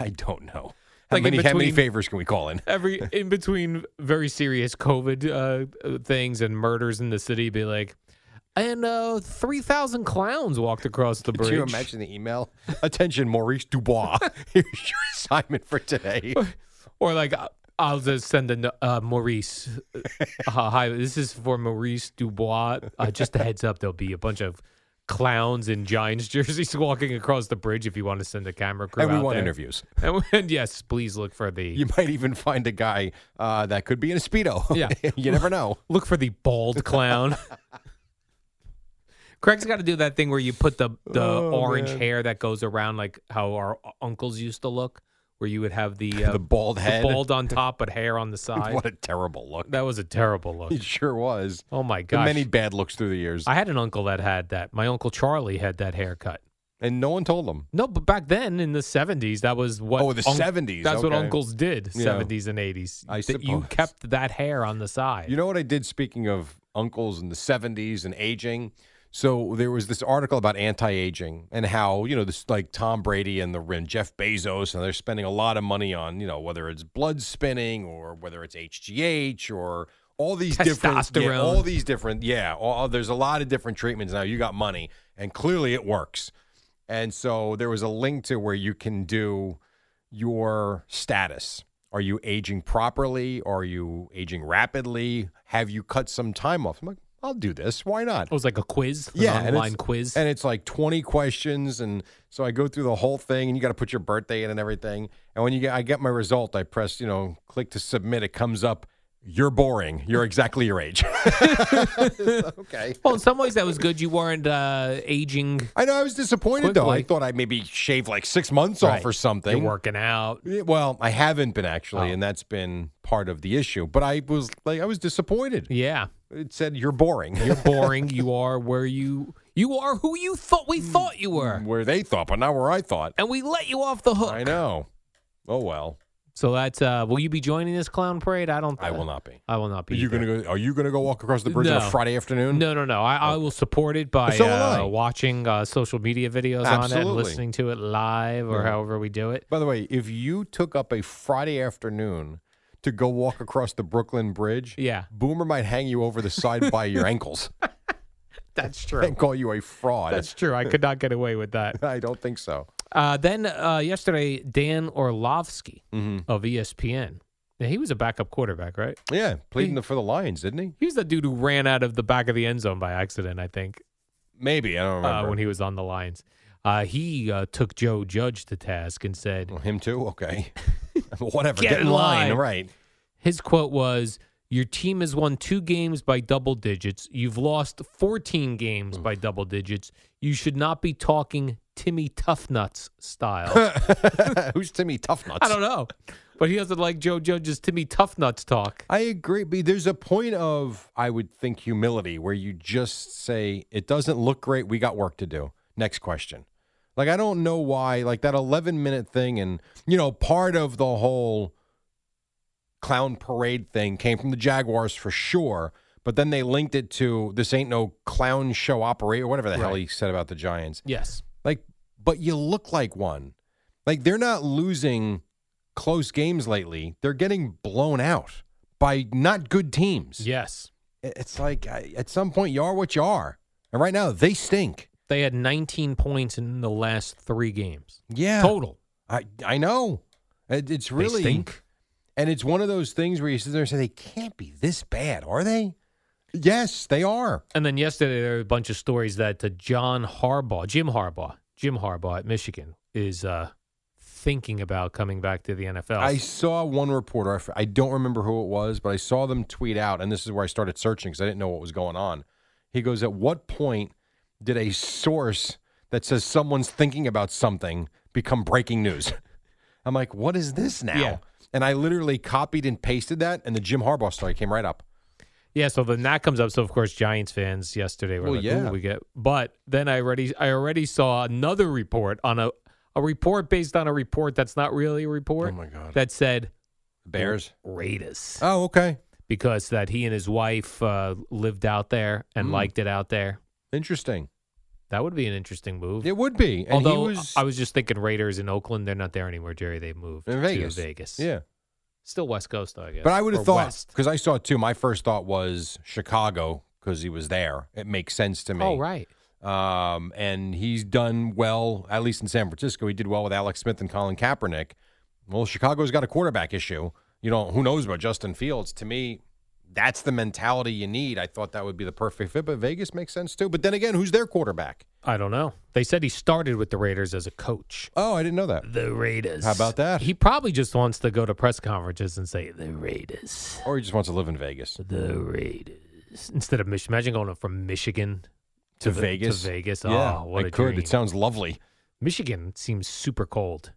Speaker 3: I don't know. How,
Speaker 2: Like in
Speaker 3: many, how many
Speaker 2: between-
Speaker 3: favors can we call in?
Speaker 2: Every in between very serious COVID uh, uh, things and murders in the city, be like, and uh, three thousand clowns walked across the bridge.
Speaker 3: Could you imagine the email? Attention, Maurice Dubois. Here's your assignment for today.
Speaker 2: Or like, uh, I'll just send a no- uh, Maurice. Uh, hi, this is for Maurice Dubois. Uh, just a heads up, there'll be a bunch of clowns in Giants jerseys walking across the bridge. If you want to send a camera crew,
Speaker 3: And we
Speaker 2: out
Speaker 3: want
Speaker 2: there.
Speaker 3: interviews.
Speaker 2: And, and yes, please look for the
Speaker 3: You might even find a guy uh, that could be in a Speedo.
Speaker 2: Yeah.
Speaker 3: you never know.
Speaker 2: look for the bald clown. Craig's got to do that thing where you put the the
Speaker 3: Oh,
Speaker 2: orange
Speaker 3: man.
Speaker 2: hair that goes around like how our uncles used to look, where you would have the uh,
Speaker 3: the bald head.
Speaker 2: bald on top but hair on the side.
Speaker 3: what a terrible look.
Speaker 2: that was a terrible look.
Speaker 3: It sure was.
Speaker 2: Oh my gosh!
Speaker 3: Many bad looks through the years.
Speaker 2: I had an uncle that had that. My uncle Charlie had that haircut.
Speaker 3: and no one told them.
Speaker 2: No, but back then in the seventies, that was what.
Speaker 3: Oh, the 70s,
Speaker 2: That's what
Speaker 3: okay.
Speaker 2: uncles did.
Speaker 3: Yeah.
Speaker 2: Seventies and eighties.
Speaker 3: I
Speaker 2: that you
Speaker 3: suppose.
Speaker 2: kept that hair on the side.
Speaker 3: You know what I did? Speaking of uncles in the 70s and aging, so there was this article about anti-aging and how you know this like Tom Brady and the and Jeff Bezos and they're spending a lot of money on you know whether it's blood spinning or whether it's HGH or all these different yeah,
Speaker 2: Testosterone.
Speaker 3: all these different yeah all, there's a lot of different treatments now. You got money and clearly it works. And so there was a link to where you can do your status. Are you aging properly? Are you aging rapidly? Have you cut some time off? I'm like, I'll do this. Why not?
Speaker 2: It was like a quiz, an
Speaker 3: yeah, and
Speaker 2: online
Speaker 3: it's-
Speaker 2: quiz.
Speaker 3: And it's like 20 questions. And so I go through the whole thing and you got to put your birthday in and everything. And when you get, I get my result, I press, you know, click to submit. It comes up You're boring. You're exactly your age. okay.
Speaker 2: Well, in some ways that was good. You weren't uh, aging.
Speaker 3: I know I was disappointed though. I
Speaker 2: Quickly.
Speaker 3: thought I maybe shave like six months off
Speaker 2: Right.
Speaker 3: or something.
Speaker 2: You're working out.
Speaker 3: Yeah, Well, I haven't been actually,
Speaker 2: Oh.
Speaker 3: and that's been part of the issue. But I was like, I was disappointed.
Speaker 2: Yeah,
Speaker 3: It said you're boring.
Speaker 2: you're boring. you are where you you are who you thought we thought you were,
Speaker 3: where they thought, but not where I thought.
Speaker 2: and we let you off the hook.
Speaker 3: I know. Oh well,
Speaker 2: So that's uh, will you be joining this clown parade? I don't.
Speaker 3: I will not be.
Speaker 2: I will not
Speaker 3: Are
Speaker 2: Uh, be.
Speaker 3: you
Speaker 2: either.
Speaker 3: gonna go? Are you gonna go walk across the bridge on a
Speaker 2: No.
Speaker 3: Friday afternoon?
Speaker 2: No, no, no. I, I will support it by
Speaker 3: So will I.
Speaker 2: uh, watching uh, social media videos on it,
Speaker 3: Absolutely.
Speaker 2: and listening to it live, or
Speaker 3: Yeah.
Speaker 2: however we do it.
Speaker 3: By the way, if you took up a Friday afternoon to go walk across the Brooklyn Bridge,
Speaker 2: Yeah.
Speaker 3: Boomer might hang you over the side by your ankles
Speaker 2: That's
Speaker 3: and call you a fraud.
Speaker 2: That's true. I could not get away with that.
Speaker 3: I don't think so.
Speaker 2: Uh, then uh, yesterday, Dan Orlovsky
Speaker 3: Mm-hmm.
Speaker 2: of E ESPN. Now, he was a backup quarterback, right?
Speaker 3: Yeah, pleading for the Lions, didn't he?
Speaker 2: He was the dude who ran out of the back of the end zone by accident, I think,
Speaker 3: Maybe I don't
Speaker 2: uh,
Speaker 3: remember.
Speaker 2: when he was on the Lions. Uh, he uh, took Joe Judge to task and said
Speaker 3: Well, him too. Okay, whatever.
Speaker 2: Get in line.
Speaker 3: right?
Speaker 2: his quote was, "Your team has won two games by double digits. You've lost 14 games by double digits. You should not be talking Timmy Toughnuts style."
Speaker 3: Who's Timmy Toughnuts?
Speaker 2: I don't know, but he doesn't like Joe Judge's Timmy Toughnuts talk.
Speaker 3: I agree. But there's a point of, I would think, humility where you just say, it doesn't look great. We got work to do. Next question. Like, I don't know why, like that 11 minute thing, and, you know, part of the whole clown parade thing came from the Jaguars for sure. But then they linked it to this ain't no clown show operator, whatever the hell
Speaker 2: Right.
Speaker 3: he said about the Giants.
Speaker 2: Yes.
Speaker 3: Like, but you look like one. Like they're not losing close games lately. They're getting blown out by not good teams.
Speaker 2: Yes.
Speaker 3: I- It's like I- at some point you are what you are, and right now they stink.
Speaker 2: They had 19 points in the last three games
Speaker 3: Yeah,
Speaker 2: total.
Speaker 3: I I know. It- it's really
Speaker 2: they stink.
Speaker 3: and it's one of those things where you sit there and say they can't be this bad, are they? Yes, they are.
Speaker 2: And then yesterday there were a bunch of stories that uh, John Harbaugh, Jim Harbaugh, Jim Harbaugh at Michigan is uh, thinking about coming back to the NFL.
Speaker 3: I saw one reporter. I f- I don't remember who it was, but I saw them tweet out, and this is where I started searching because I didn't know what was going on. He goes, "At what point did a source that says someone's thinking about something become breaking news?" I'm like, "What is this now?"
Speaker 2: Yeah.
Speaker 3: And I literally copied and pasted that, and the Jim Harbaugh story came right up.
Speaker 2: yeah, so then that comes up. So of course Giants fans yesterday were
Speaker 3: Well,
Speaker 2: like,
Speaker 3: yeah.
Speaker 2: "Ooh, we get." But then I already I already saw another report on a a report based on a report that's not really a report.
Speaker 3: Oh my God.
Speaker 2: That said
Speaker 3: Bears.
Speaker 2: Raiders
Speaker 3: Oh, okay.
Speaker 2: because that he and his wife uh, lived out there and
Speaker 3: Hmm.
Speaker 2: liked it out there.
Speaker 3: Interesting.
Speaker 2: That would be an interesting move.
Speaker 3: It would be. And
Speaker 2: Although
Speaker 3: he was
Speaker 2: I was just thinking Raiders in Oakland, they're not there anymore, Jerry. They moved
Speaker 3: in Vegas.
Speaker 2: to Vegas.
Speaker 3: Yeah.
Speaker 2: Still West Coast, though, I guess.
Speaker 3: But I would have
Speaker 2: Or
Speaker 3: thought
Speaker 2: West.
Speaker 3: because I saw it too. My first thought was Chicago because he was there. It makes sense to me.
Speaker 2: Oh, right.
Speaker 3: Um, and he's done well, at least in San Francisco. He did well with Alex Smith and Colin Kaepernick. Well, Chicago's got a quarterback issue. You know, who knows about Justin Fields? To me, that's the mentality you need. I thought that would be the perfect fit, but Vegas makes sense too. But then again, who's their quarterback?
Speaker 2: I don't know. They said he started with the Raiders as a coach.
Speaker 3: Oh, I didn't know that.
Speaker 2: The Raiders.
Speaker 3: How about that?
Speaker 2: He probably just wants to go to press conferences and say the Raiders,
Speaker 3: Or he just wants to live in Vegas.
Speaker 2: the Raiders, instead of Mich. Imagine going from Michigan
Speaker 3: To,
Speaker 2: the-
Speaker 3: Vegas.
Speaker 2: To Vegas.
Speaker 3: Yeah,
Speaker 2: oh, what
Speaker 3: I
Speaker 2: a
Speaker 3: could.
Speaker 2: dream.
Speaker 3: It sounds lovely.
Speaker 2: Michigan seems super cold.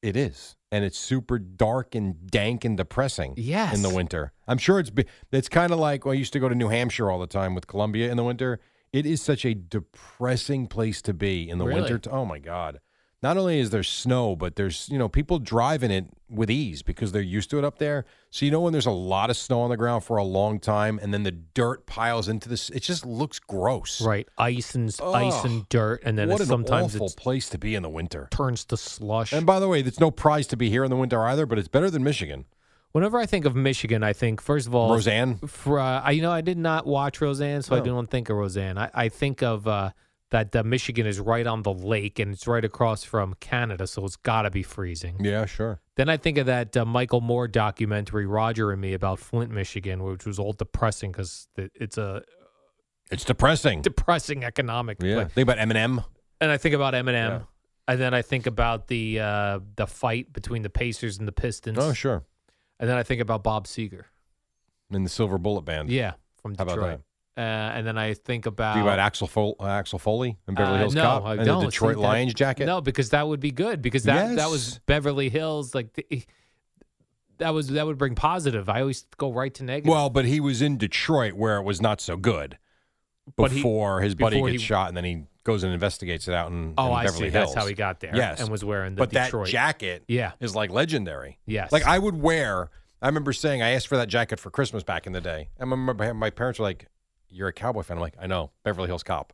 Speaker 3: It is, and it's super dark and dank and depressing.
Speaker 2: Yes.
Speaker 3: in the winter, I'm sure it's be- it's kind of like well, I used to go to New Hampshire all the time with Columbia in the winter. It is such a depressing place to be in the
Speaker 2: Really?
Speaker 3: winter. t- oh my God! Not only is there snow, but there's you know people drive in it with ease because they're used to it up there. So you know when there's a lot of snow on the ground for a long time, and then the dirt piles into this, it just looks gross.
Speaker 2: Right. Ice and ice
Speaker 3: Ugh.
Speaker 2: and dirt, and then
Speaker 3: what
Speaker 2: it's
Speaker 3: an
Speaker 2: sometimes
Speaker 3: awful
Speaker 2: it
Speaker 3: place to be in the winter.
Speaker 2: turns to slush.
Speaker 3: And by the way, it's no prize to be here in the winter either, but it's better than Michigan.
Speaker 2: Whenever I think of Michigan, I think first of all
Speaker 3: Roseanne?
Speaker 2: For, uh, I you know I did not watch Roseanne, so I
Speaker 3: No.
Speaker 2: don't think of Roseanne. I, I think of uh, that uh, Michigan is right on the lake and it's right across from Canada, so it's got to be freezing.
Speaker 3: Yeah, sure.
Speaker 2: Then I think of that uh, Michael Moore documentary Roger and Me about Flint, Michigan, which was all depressing because it's a
Speaker 3: It's depressing.
Speaker 2: depressing economic.
Speaker 3: yeah.
Speaker 2: place.
Speaker 3: Think about Eminem.
Speaker 2: And I think about Eminem.
Speaker 3: Yeah.
Speaker 2: And then I think about the uh, the fight between the Pacers and the Pistons.
Speaker 3: Oh, sure.
Speaker 2: And then I think about Bob Seger.
Speaker 3: and in the Silver Bullet Band.
Speaker 2: Yeah, from
Speaker 3: How about
Speaker 2: Detroit. Uh, and then I think about,
Speaker 3: Do you about Axel Fol- uh, Axel Foley and Beverly
Speaker 2: uh,
Speaker 3: Hills
Speaker 2: no,
Speaker 3: Cop
Speaker 2: I
Speaker 3: and
Speaker 2: don't.
Speaker 3: the Detroit
Speaker 2: See, that-
Speaker 3: Lions jacket?
Speaker 2: No, because that would be good because that that
Speaker 3: Yes.
Speaker 2: was Beverly Hills like the, eh, that was that would bring positive. I always go right to negative.
Speaker 3: Well, but he was in Detroit where it was not so good
Speaker 2: But he-
Speaker 3: before his buddy
Speaker 2: before
Speaker 3: gets
Speaker 2: he-
Speaker 3: shot, and then he goes and investigates it out in,
Speaker 2: Oh,
Speaker 3: in
Speaker 2: I
Speaker 3: Beverly
Speaker 2: see.
Speaker 3: Hills.
Speaker 2: That's how he got there.
Speaker 3: Yes,
Speaker 2: and was wearing the
Speaker 3: but
Speaker 2: Detroit
Speaker 3: that jacket
Speaker 2: Yeah,
Speaker 3: is like legendary.
Speaker 2: Yes.
Speaker 3: like I would wear. I remember saying I asked for that jacket for Christmas back in the day, and my, my, my parents were like, "You're a cowboy fan." I'm like, "I know, Beverly Hills Cop."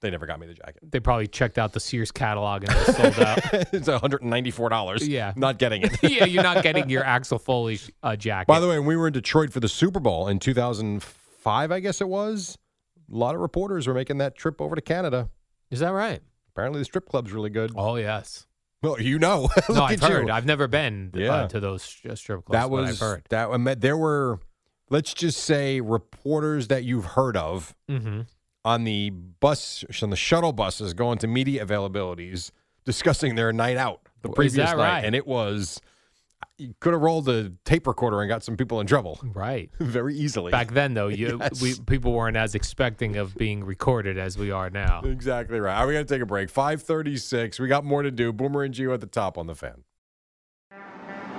Speaker 3: They never got me the jacket.
Speaker 2: they probably checked out the Sears catalog and it was sold out.
Speaker 3: it's 194 dollars.
Speaker 2: Yeah.
Speaker 3: not getting it.
Speaker 2: yeah, you're not getting your Axel Foley uh, jacket.
Speaker 3: By the way, when we were in Detroit for the Super Bowl in 2005, I guess it was, a lot of reporters were making that trip over to Canada.
Speaker 2: is that right?
Speaker 3: Apparently, the strip club's really good.
Speaker 2: Oh yes.
Speaker 3: Well, you know. Look
Speaker 2: no, I've
Speaker 3: at
Speaker 2: heard.
Speaker 3: you.
Speaker 2: I've never been uh,
Speaker 3: Yeah.
Speaker 2: to those stri- strip clubs. but
Speaker 3: that was
Speaker 2: I've heard.
Speaker 3: that. I met- There were, let's just say, reporters that you've heard of
Speaker 2: Mm-hmm.
Speaker 3: on the bus, on the shuttle buses going to media availabilities, discussing their night out the
Speaker 2: Is
Speaker 3: previous
Speaker 2: that
Speaker 3: night,
Speaker 2: right?
Speaker 3: and it was. You could have rolled a tape recorder and got some people in trouble
Speaker 2: Right.
Speaker 3: very easily.
Speaker 2: Back then, though, you
Speaker 3: Yes.
Speaker 2: we people weren't as expecting of being recorded as we are now.
Speaker 3: Exactly right. All right, we got to take a break. 536. We got more to do. Boomer and Gio at the top on the fan.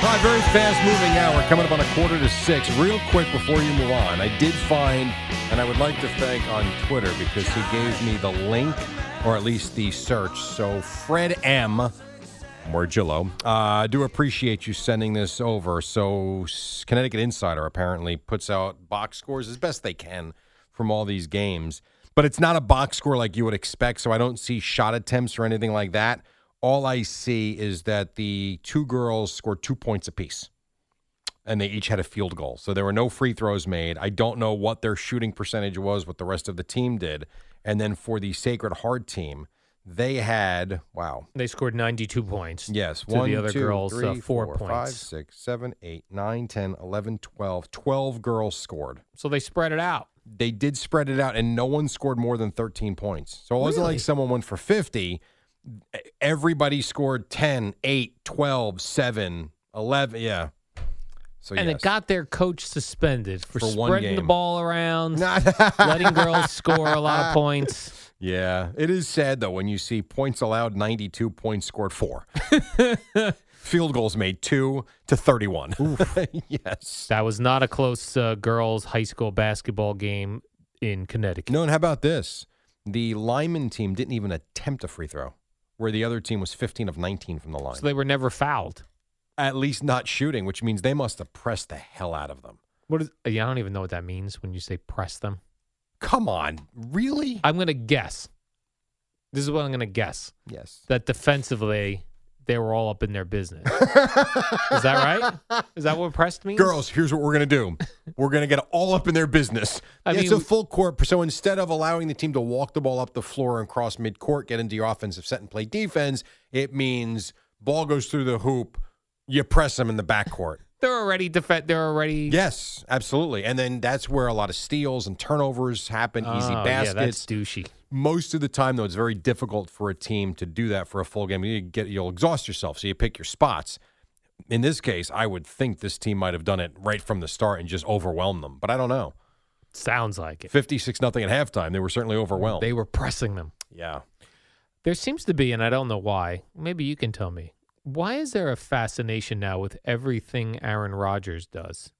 Speaker 3: All right, very fast moving now. We're coming up on a quarter to six. Real quick before you move on, I did find, and I would like to thank on Twitter because he gave me the link or at least the search. So, Fred M. Morgillo, uh, I do appreciate you sending this over. So, S- Connecticut Insider apparently puts out box scores as best they can from all these games, but it's not a box score like you would expect. So, I don't see shot attempts or anything like that. All I see is that the two girls scored two points apiece and they each had a field goal. So there were no free throws made. I don't know what their shooting percentage was, what the rest of the team did. And then for the Sacred Heart team, they had, wow.
Speaker 2: They scored 92 points.
Speaker 3: Yes,
Speaker 2: to
Speaker 3: one,
Speaker 2: the other
Speaker 3: two,
Speaker 2: girls, uh,
Speaker 3: three,
Speaker 2: four,
Speaker 3: four,
Speaker 2: points.
Speaker 3: five, six, seven, eight, nine, 10, 11, 12. 12 girls scored.
Speaker 2: So they spread it out.
Speaker 3: They did spread it out, and no one scored more than 13 points. So it wasn't
Speaker 2: Really?
Speaker 3: like someone went for 50. Everybody scored 10, 8, 12, 7, 11. Yeah. So
Speaker 2: and
Speaker 3: yes.
Speaker 2: it got their coach suspended for,
Speaker 3: For one
Speaker 2: spreading the
Speaker 3: game.
Speaker 2: ball around, letting girls score a lot of points.
Speaker 3: Yeah, it is sad though when you see points allowed 92, points scored 4. Field goals made 2 to 31. yes.
Speaker 2: That was not a close uh, girls' high school basketball game in Connecticut.
Speaker 3: No, and how about this? The Lyman team didn't even attempt a free throw, where the other team was 15 of 19 from the line.
Speaker 2: So they were never fouled.
Speaker 3: At least not shooting, which means they must have pressed the hell out of them.
Speaker 2: What is? Uh, Yeah, I don't even know what that means when you say press them.
Speaker 3: Come on, really?
Speaker 2: I'm gonna guess. This is what I'm gonna guess.
Speaker 3: Yes.
Speaker 2: That defensively, they were all up in their business. is that right? Is that what pressed means?
Speaker 3: Girls, here's what we're going to do. We're going to get all up in their business.
Speaker 2: I
Speaker 3: it's
Speaker 2: mean-
Speaker 3: a full court. So instead of allowing the team to walk the ball up the floor and cross mid court, get into your offensive set and play defense, it means ball goes through the hoop, you press them in the backcourt.
Speaker 2: They're already defend. They're already.
Speaker 3: yes, absolutely. And then that's where a lot of steals and turnovers happen, easy
Speaker 2: Oh,
Speaker 3: baskets.
Speaker 2: Yeah, that's douchey.
Speaker 3: Most of the time, though, it's very difficult for a team to do that for a full game. You get you'll exhaust yourself, so you pick your spots. In this case, I would think this team might have done it right from the start and just overwhelmed them, but I don't know.
Speaker 2: Sounds like it.
Speaker 3: Fifty-six nothing at halftime, they were certainly overwhelmed.
Speaker 2: They were pressing them.
Speaker 3: yeah,
Speaker 2: There seems to be, and I don't know why. Maybe you can tell me. Why is there a fascination now with everything Aaron Rodgers does?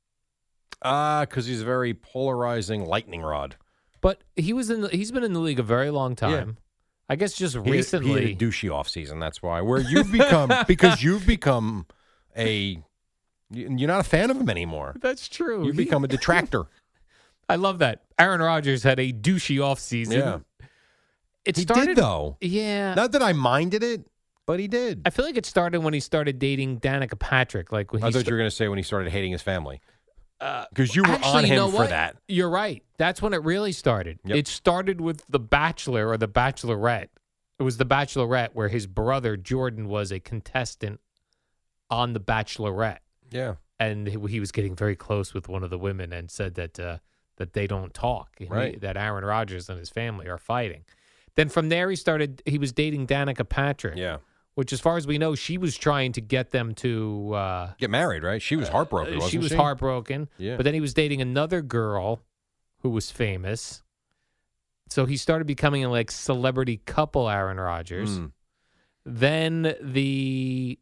Speaker 3: ah, because he's a very polarizing lightning rod.
Speaker 2: But he was in. The, he's been in the league a very long time. I guess just
Speaker 3: He-
Speaker 2: recently.
Speaker 3: he had a douchey offseason. That's why where you've become because you've become a you- you're not a fan of him anymore.
Speaker 2: that's true.
Speaker 3: You
Speaker 2: He-
Speaker 3: become a detractor.
Speaker 2: I love that. Aaron Rodgers had a douchey offseason.
Speaker 3: Yeah.
Speaker 2: It
Speaker 3: He did,
Speaker 2: started
Speaker 3: though.
Speaker 2: Yeah.
Speaker 3: Not that I minded it. But he did.
Speaker 2: I feel like it started when he started dating Danica Patrick. Like when
Speaker 3: I
Speaker 2: he
Speaker 3: thought
Speaker 2: sta- Uh,
Speaker 3: you were going to say when he started hating his family. Because you were
Speaker 2: Actually,
Speaker 3: on
Speaker 2: you
Speaker 3: him
Speaker 2: know
Speaker 3: for
Speaker 2: what?
Speaker 3: that.
Speaker 2: You're right. That's when it really started.
Speaker 3: Yep.
Speaker 2: It started with The Bachelor or The Bachelorette. It was The Bachelorette where his brother Jordan was a contestant on The Bachelorette,
Speaker 3: Yeah.
Speaker 2: and he he was getting very close with one of the women, and said that uh, that they don't talk. and he-
Speaker 3: Right.
Speaker 2: that Aaron Rodgers and his family are fighting. Then from there, he started. He was dating Danica Patrick.
Speaker 3: Yeah.
Speaker 2: Which, as far as we know, she was trying to get them to uh,
Speaker 3: Get married, right? She was heartbroken,
Speaker 2: uh,
Speaker 3: wasn't
Speaker 2: she
Speaker 3: she?
Speaker 2: was heartbroken.
Speaker 3: Yeah.
Speaker 2: But then he was dating another girl who was famous. So he started becoming a like celebrity couple Aaron Rodgers.
Speaker 3: Mm.
Speaker 2: Then the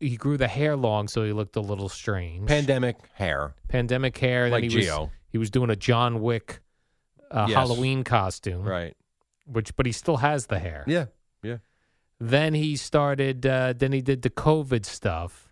Speaker 2: he grew the hair long so he looked a little strange.
Speaker 3: Pandemic hair.
Speaker 2: Pandemic hair and
Speaker 3: Like
Speaker 2: then he was
Speaker 3: Gio.
Speaker 2: he was doing a John Wick uh,
Speaker 3: Yes.
Speaker 2: Halloween costume.
Speaker 3: Right.
Speaker 2: Which but he still has the hair.
Speaker 3: Yeah. Yeah.
Speaker 2: Then he started. Uh, then he did the COVID stuff.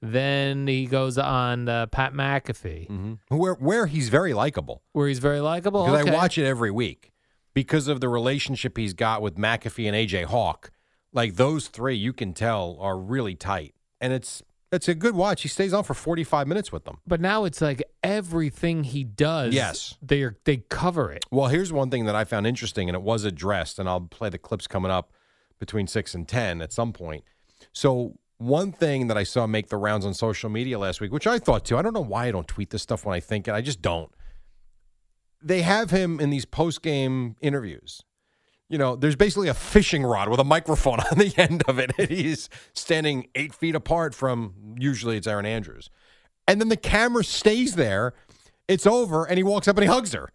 Speaker 2: Then he goes on uh, Pat
Speaker 3: Hmm.
Speaker 2: McAfee,
Speaker 3: Mm-hmm. Where, where he's very likable.
Speaker 2: where he's very likable.
Speaker 3: because
Speaker 2: okay.
Speaker 3: I watch it every week because of the relationship he's got with McAfee and AJ Hawk. Like those three, you can tell are really tight, and it's it's a good watch. He stays on for forty five minutes with them.
Speaker 2: But now it's like everything he does.
Speaker 3: Yes.
Speaker 2: they are, they cover it.
Speaker 3: Well, here's one thing that I found interesting, and it was addressed, and I'll play the clips coming up between six and ten at some point. So one thing that I saw make the rounds on social media last week, which I thought too, I don't know why I don't tweet this stuff when I think it. I just don't. They have him in these post game interviews. You know, there's basically a fishing rod with a microphone on the end of it, and he's standing eight feet apart from usually it's Aaron Andrews. And then the camera stays there. It's over, and he walks up and he hugs her.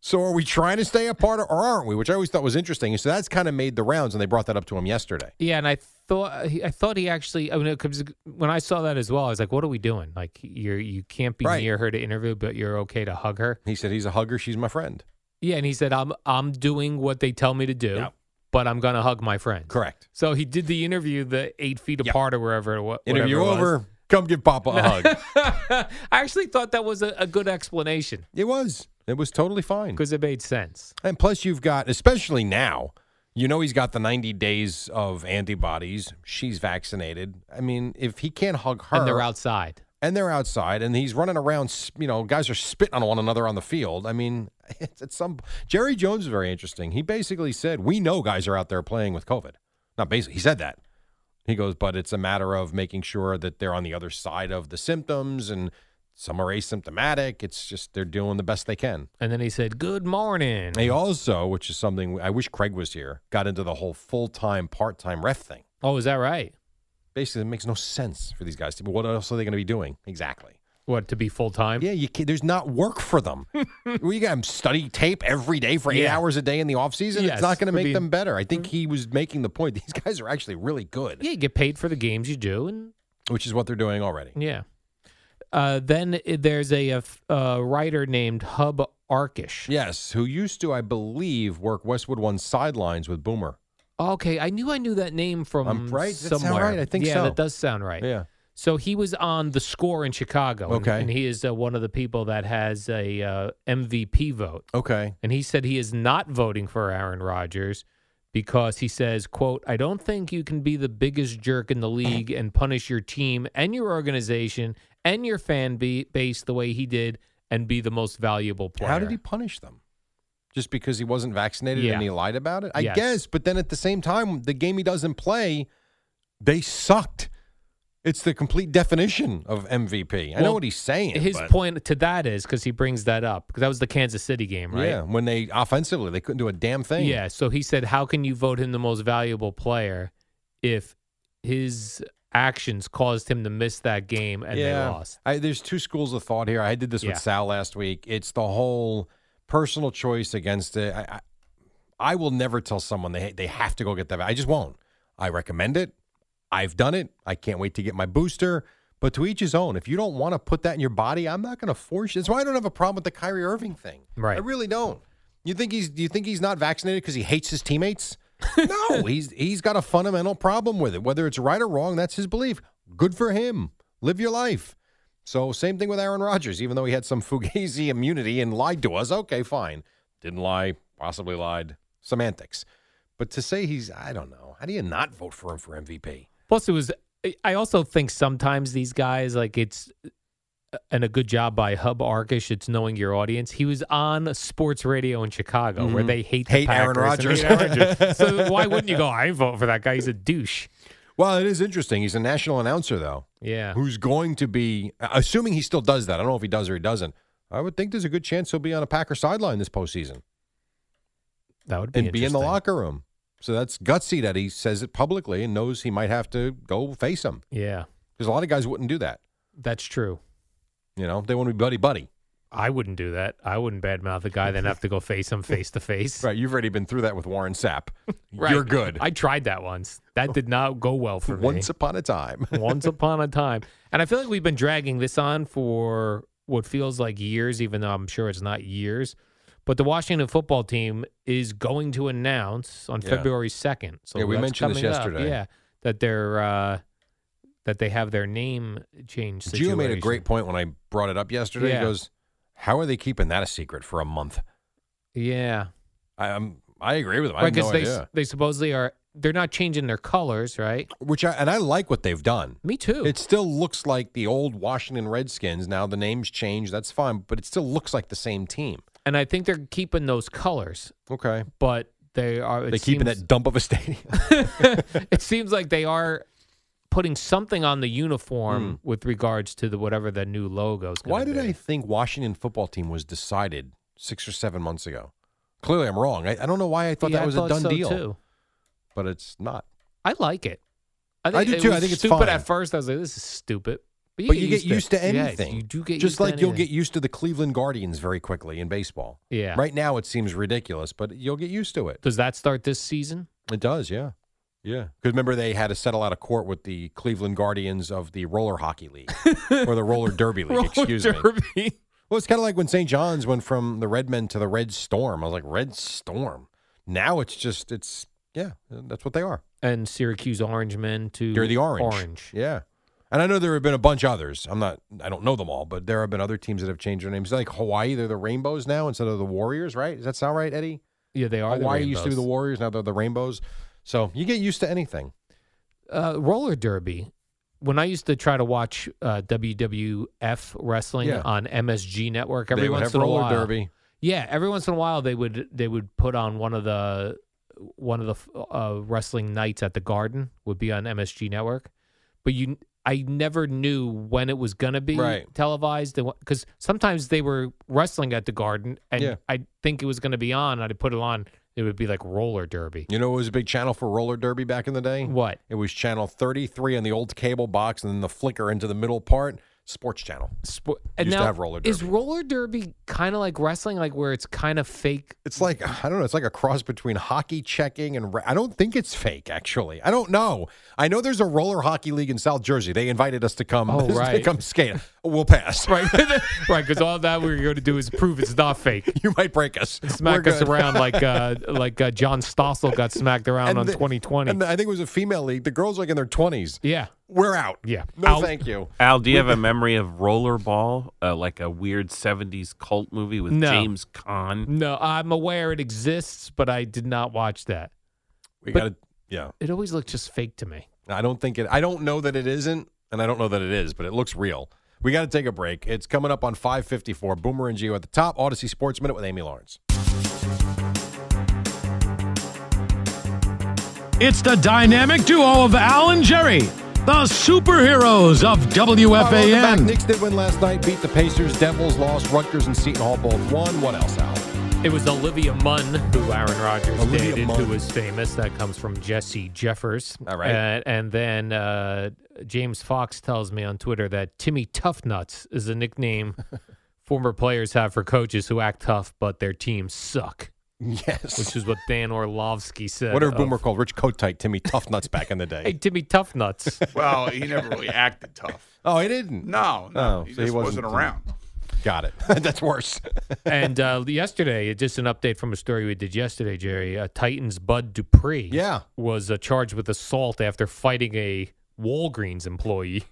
Speaker 3: So are we trying to stay apart or aren't we? Which I always thought was interesting. So that's kind of made the rounds, and they brought that up to him yesterday.
Speaker 2: Yeah, and I thought he- I thought he actually. I mean, it comes, when I saw that as well, I was like, "What are we doing? Like, you you can't be
Speaker 3: Right.
Speaker 2: near her to interview, but you're okay to hug her."
Speaker 3: He said he's a hugger. She's my friend.
Speaker 2: Yeah, and he said, "I'm I'm doing what they tell me to do,
Speaker 3: Yeah.
Speaker 2: but I'm gonna hug my friend."
Speaker 3: Correct.
Speaker 2: So he did the interview, the eight feet apart or wherever it was.
Speaker 3: Interview over. Come give Papa a hug.
Speaker 2: I actually thought that was a, a good explanation
Speaker 3: It was. It was totally fine.
Speaker 2: because it made sense.
Speaker 3: And plus, you've got, especially now, you know he's got the 90 days of antibodies. She's vaccinated. I mean, if he can't hug her,
Speaker 2: And they're outside.
Speaker 3: and they're outside, and he's running around. s- You know, guys are spitting on one another on the field. I mean, it's, it's some. Jerry Jones is very interesting. He basically said, "We know guys are out there playing with COVID." Not basically, he said that. He goes, but it's a matter of making sure that they're on the other side of the symptoms, and some are asymptomatic. It's just they're doing the best they can.
Speaker 2: And then he said, "Good morning."
Speaker 3: They also, which is something I wish Craig was here, got into the whole full time, part time ref thing.
Speaker 2: oh, is that right?
Speaker 3: Basically, it makes no sense for these guys to. But what else are they going to be doing exactly?
Speaker 2: What to be full time?
Speaker 3: Yeah, you can, there's not work for them. we got them study tape every day for eight
Speaker 2: Yeah.
Speaker 3: hours a day in the off season.
Speaker 2: Yes,
Speaker 3: it's not going to
Speaker 2: for
Speaker 3: make
Speaker 2: being- Mm-hmm.
Speaker 3: them better. I think he was making the point. These guys are actually really good,
Speaker 2: Yeah, you get paid for the games you do, and
Speaker 3: which is what they're doing already.
Speaker 2: yeah. Uh, then i- there's a, a f- a writer named Hub Arkish.
Speaker 3: Yes, who used to, I believe, work Westwood One sidelines with Boomer.
Speaker 2: Okay, I knew I knew that name from
Speaker 3: I'm- right? Does that sound
Speaker 2: somewhere.
Speaker 3: right? I think
Speaker 2: yeah,
Speaker 3: so.
Speaker 2: that does sound right.
Speaker 3: Yeah.
Speaker 2: So he was on the score in Chicago. and-
Speaker 3: Okay.
Speaker 2: And, he is uh, one of the people that has a uh, MVP vote.
Speaker 3: Okay.
Speaker 2: And he said he is not voting for Aaron Rodgers because he says, quote, I don't think you can be the biggest jerk in the league and punish your team and your organization and your fan be- base the way he did and be the most valuable player.
Speaker 3: How did he punish them? Just because he wasn't vaccinated
Speaker 2: Yeah.
Speaker 3: and he lied about it? I
Speaker 2: Yes.
Speaker 3: guess, but then at the same time, the game he doesn't play, they sucked. It's the complete definition of MVP. I know
Speaker 2: Well,
Speaker 3: what he's saying.
Speaker 2: His
Speaker 3: but-
Speaker 2: point to that is because he brings that up because that was the Kansas City game, right?
Speaker 3: Yeah, when they offensively they couldn't do a damn thing.
Speaker 2: Yeah. So he said, How can you vote him the most valuable player if his actions caused him to miss that game and
Speaker 3: yeah.
Speaker 2: they lost?
Speaker 3: I, there's two schools of thought here. I did this
Speaker 2: Yeah.
Speaker 3: with Sal last week. It's the whole personal choice against it. I, I, I will never tell someone they they have to go get that. I just won't. I recommend it. I've done it. I can't wait to get my booster. But to each his own. If you don't want to put that in your body, I'm not going to force you. That's why I don't have a problem with the Kyrie Irving thing.
Speaker 2: Right.
Speaker 3: I really don't. You think he's? Do you think he's not vaccinated because he hates his teammates? no, he's he's got a fundamental problem with it. Whether it's right or wrong, that's his belief. Good for him. Live your life. So same thing with Aaron Rodgers. Even though he had some fugazi immunity and lied to us, okay, fine. Didn't lie, possibly lied. Semantics. But to say he's, I don't know. How do you not vote for him for MVP?
Speaker 2: Plus, it was. I also think sometimes these guys, like it's, and a good job by Hub Arkish. It's knowing your audience. He was on sports radio in Chicago where
Speaker 3: Mhm.
Speaker 2: they hate the
Speaker 3: Hate Aaron
Speaker 2: Packers and
Speaker 3: Rodgers.
Speaker 2: hate Aaron Rodgers. so why wouldn't you go? I ain't voting for that guy. He's a douche.
Speaker 3: Well, it is interesting. He's a national announcer, though.
Speaker 2: Yeah.
Speaker 3: Who's going to be, assuming he still does that. I don't know if he does or he doesn't. I would think there's a good chance he'll be on a Packer sideline this postseason
Speaker 2: That would be
Speaker 3: and be in the
Speaker 2: interesting.
Speaker 3: locker room. So that's gutsy that he says it publicly and knows he might have to go face him.
Speaker 2: Yeah,
Speaker 3: Because a lot of guys wouldn't do that.
Speaker 2: that's true.
Speaker 3: You know, they want to be buddy buddy.
Speaker 2: I wouldn't do that. I wouldn't badmouth a guy, then have to go face him face to face.
Speaker 3: Right. You've already been through that with Warren Sapp.
Speaker 2: Right.
Speaker 3: You're good.
Speaker 2: I tried that once. That did not go well for me.
Speaker 3: Once upon a time.
Speaker 2: Once upon a time. And I feel like we've been dragging this on for what feels like years, even though I'm sure it's not years. But the Washington football team is going to announce on
Speaker 3: Yeah.
Speaker 2: February 2nd. So
Speaker 3: Yeah, we
Speaker 2: that's
Speaker 3: mentioned this
Speaker 2: coming up,
Speaker 3: yesterday.
Speaker 2: yeah. That they're uh, that they have their name change.
Speaker 3: Gio made a great point when I brought it up yesterday.
Speaker 2: Yeah.
Speaker 3: He goes, How are they keeping that a secret for a month?
Speaker 2: Yeah.
Speaker 3: I, I'm, I agree with him. I
Speaker 2: Right,
Speaker 3: have no
Speaker 2: because they
Speaker 3: idea.
Speaker 2: they supposedly are they're not changing their colors, right?
Speaker 3: Which I, and I like what they've done.
Speaker 2: Me too.
Speaker 3: It still looks like the old Washington Redskins. Now the name's changed. That's fine, but it still looks like the same team.
Speaker 2: and I think they're keeping those colors,
Speaker 3: Okay.
Speaker 2: but they are it
Speaker 3: They keep in
Speaker 2: seems-
Speaker 3: that dump of a stadium.
Speaker 2: it seems like they are putting something on the uniform with regards to the whatever the new logo is.
Speaker 3: Hmm. Why did I think Washington football team was decided six or seven months ago? Clearly, I'm wrong. I, I don't know why I thought that was a done deal,
Speaker 2: Too.
Speaker 3: but it's not.
Speaker 2: I like it. I,
Speaker 3: do
Speaker 2: it
Speaker 3: too. I
Speaker 2: was
Speaker 3: think it's
Speaker 2: stupid
Speaker 3: fine.
Speaker 2: at first. I was like, this is stupid.
Speaker 3: But you get used to
Speaker 2: Yes,
Speaker 3: anything.
Speaker 2: you do get
Speaker 3: just
Speaker 2: used to
Speaker 3: like you'll
Speaker 2: anything.
Speaker 3: get used to the Cleveland Guardians very quickly in baseball.
Speaker 2: Yeah.
Speaker 3: Right now, it seems ridiculous, but you'll get used to it.
Speaker 2: Does that start this season?
Speaker 3: It does, yeah. Yeah. Because remember, they had to settle out of court with the Cleveland Guardians of the Roller Hockey League or the Roller Derby League, excuse me. Well, it's kind of like when St. John's went from the Red Men to the Red Storm. I was like, Red Storm. Now it's just, it's, yeah, that's what they are.
Speaker 2: And Syracuse Orange men to
Speaker 3: They're the Mm, Orange.
Speaker 2: Orange.
Speaker 3: Yeah. And I know there have been a bunch others. I'm not, I don't know them all, but there have been other teams that have changed their names. Like Hawaii, they're the Rainbows now instead of the Warriors, right? Does that sound right, Eddie?
Speaker 2: Yeah, they are. the
Speaker 3: Hawaii used to be the
Speaker 2: Rainbows.
Speaker 3: Warriors, now they're the Rainbows. So you get used to anything.
Speaker 2: uh, roller derby. When I used to try to watch uh, WWF wrestling
Speaker 3: Yeah.
Speaker 2: on MSG Network, every
Speaker 3: They would
Speaker 2: once
Speaker 3: have
Speaker 2: in a
Speaker 3: roller
Speaker 2: while,
Speaker 3: derby.
Speaker 2: yeah, every once in a while they would they would put on one of the one of the uh, wrestling nights at the Garden would be on MSG Network, but you I never knew when it was gonna be
Speaker 3: Right.
Speaker 2: televised because sometimes they were wrestling at the Garden and
Speaker 3: Yeah.
Speaker 2: I think it was gonna be on. I'd put it on. It would be like roller derby.
Speaker 3: You know what was a big channel for roller derby back in the day?
Speaker 2: What?
Speaker 3: It was channel 33 on the old cable box and then the flicker into the middle part, sports channel.
Speaker 2: sport.
Speaker 3: Used to have roller
Speaker 2: Is
Speaker 3: derby.
Speaker 2: roller derby kind of like wrestling, like where it's kind of fake?
Speaker 3: It's like, I don't know, it's like a cross between hockey checking and ra- I don't think it's fake actually. I don't know. I know there's a roller hockey league in South Jersey. They invited us to come
Speaker 2: Oh,
Speaker 3: to
Speaker 2: right.
Speaker 3: come skate. We'll pass.
Speaker 2: Right, right. Because all that we're going to do is prove it's not fake.
Speaker 3: You might break us.
Speaker 2: Smack
Speaker 3: We're
Speaker 2: us
Speaker 3: good.
Speaker 2: around like uh, like uh, John Stossel got smacked around
Speaker 3: And
Speaker 2: on
Speaker 3: the-
Speaker 2: 2020.
Speaker 3: And I think it was a female league. The girls were like in their 20s.
Speaker 2: yeah,
Speaker 3: We're out.
Speaker 2: yeah.
Speaker 3: No,
Speaker 2: Out.
Speaker 3: thank you.
Speaker 8: Al, do you have a memory of Rollerball, uh, like a weird '70s cult movie with
Speaker 2: No.
Speaker 8: James Caan?
Speaker 2: No, I'm aware it exists, but I did not watch that.
Speaker 3: We
Speaker 2: But-
Speaker 3: got to yeah.
Speaker 2: It always looked just fake to me.
Speaker 3: I don't think it. I don't know that it isn't, and I don't know that it is, but it looks real. We got to take a break. It's coming up on 554. Boomer and Geo at the top. Odyssey Sports Minute with Amy Lawrence.
Speaker 5: It's the dynamic duo of Al and Jerry, the superheroes of
Speaker 3: All right, welcome back.
Speaker 5: WFAN.
Speaker 3: Knicks did win last night, beat the Pacers. Devils lost. Rutgers and Seton Hall both won. What else, Al?
Speaker 2: It was Olivia Munn who Aaron Rodgers
Speaker 3: Olivia
Speaker 2: dated,
Speaker 3: Munn.
Speaker 2: who was famous. That comes from Jesse Jeffers.
Speaker 3: All right.
Speaker 2: And, and then uh, James Fox tells me on Twitter that Timmy Toughnuts is a nickname former players have for coaches who act tough but their teams suck,
Speaker 3: Yes.
Speaker 2: which is what Dan Orlovsky said.
Speaker 3: What are
Speaker 2: of,
Speaker 3: Boomer called? Rich Kotite, Timmy Tough Nuts back in the day.
Speaker 2: Hey, Timmy Toughnuts.
Speaker 7: Well, he never really acted tough.
Speaker 3: oh, he didn't.
Speaker 7: No, no,
Speaker 3: Oh,
Speaker 7: he
Speaker 3: so he
Speaker 7: just
Speaker 3: wasn't-
Speaker 7: wasn't around.
Speaker 3: Got it. That's worse.
Speaker 2: and uh, yesterday, just an update from a story we did yesterday, Jerry. Uh, Titans Bud Dupree
Speaker 3: yeah.
Speaker 2: was uh, charged with assault after fighting a Walgreens employee.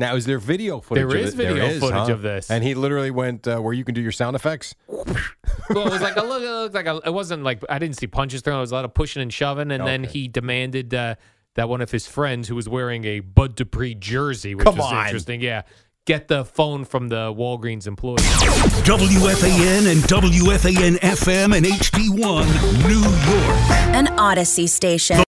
Speaker 3: Now, is there video footage?
Speaker 2: There
Speaker 3: of
Speaker 2: is
Speaker 3: it?
Speaker 2: video footage
Speaker 3: huh?
Speaker 2: of this.
Speaker 3: and he literally went uh, where you can do your sound effects.
Speaker 2: well, it was like a look. It looked like a, it wasn't like I didn't see punches thrown. It was a lot of pushing and shoving, and then he demanded uh, that one of his friends, who was wearing a Bud Dupree jersey, which
Speaker 3: Come
Speaker 2: was
Speaker 3: on.
Speaker 2: interesting. Yeah, get the phone from the Walgreens employee.
Speaker 9: WFAN and WFAN FM and HD1 New York.
Speaker 10: An Odyssey station.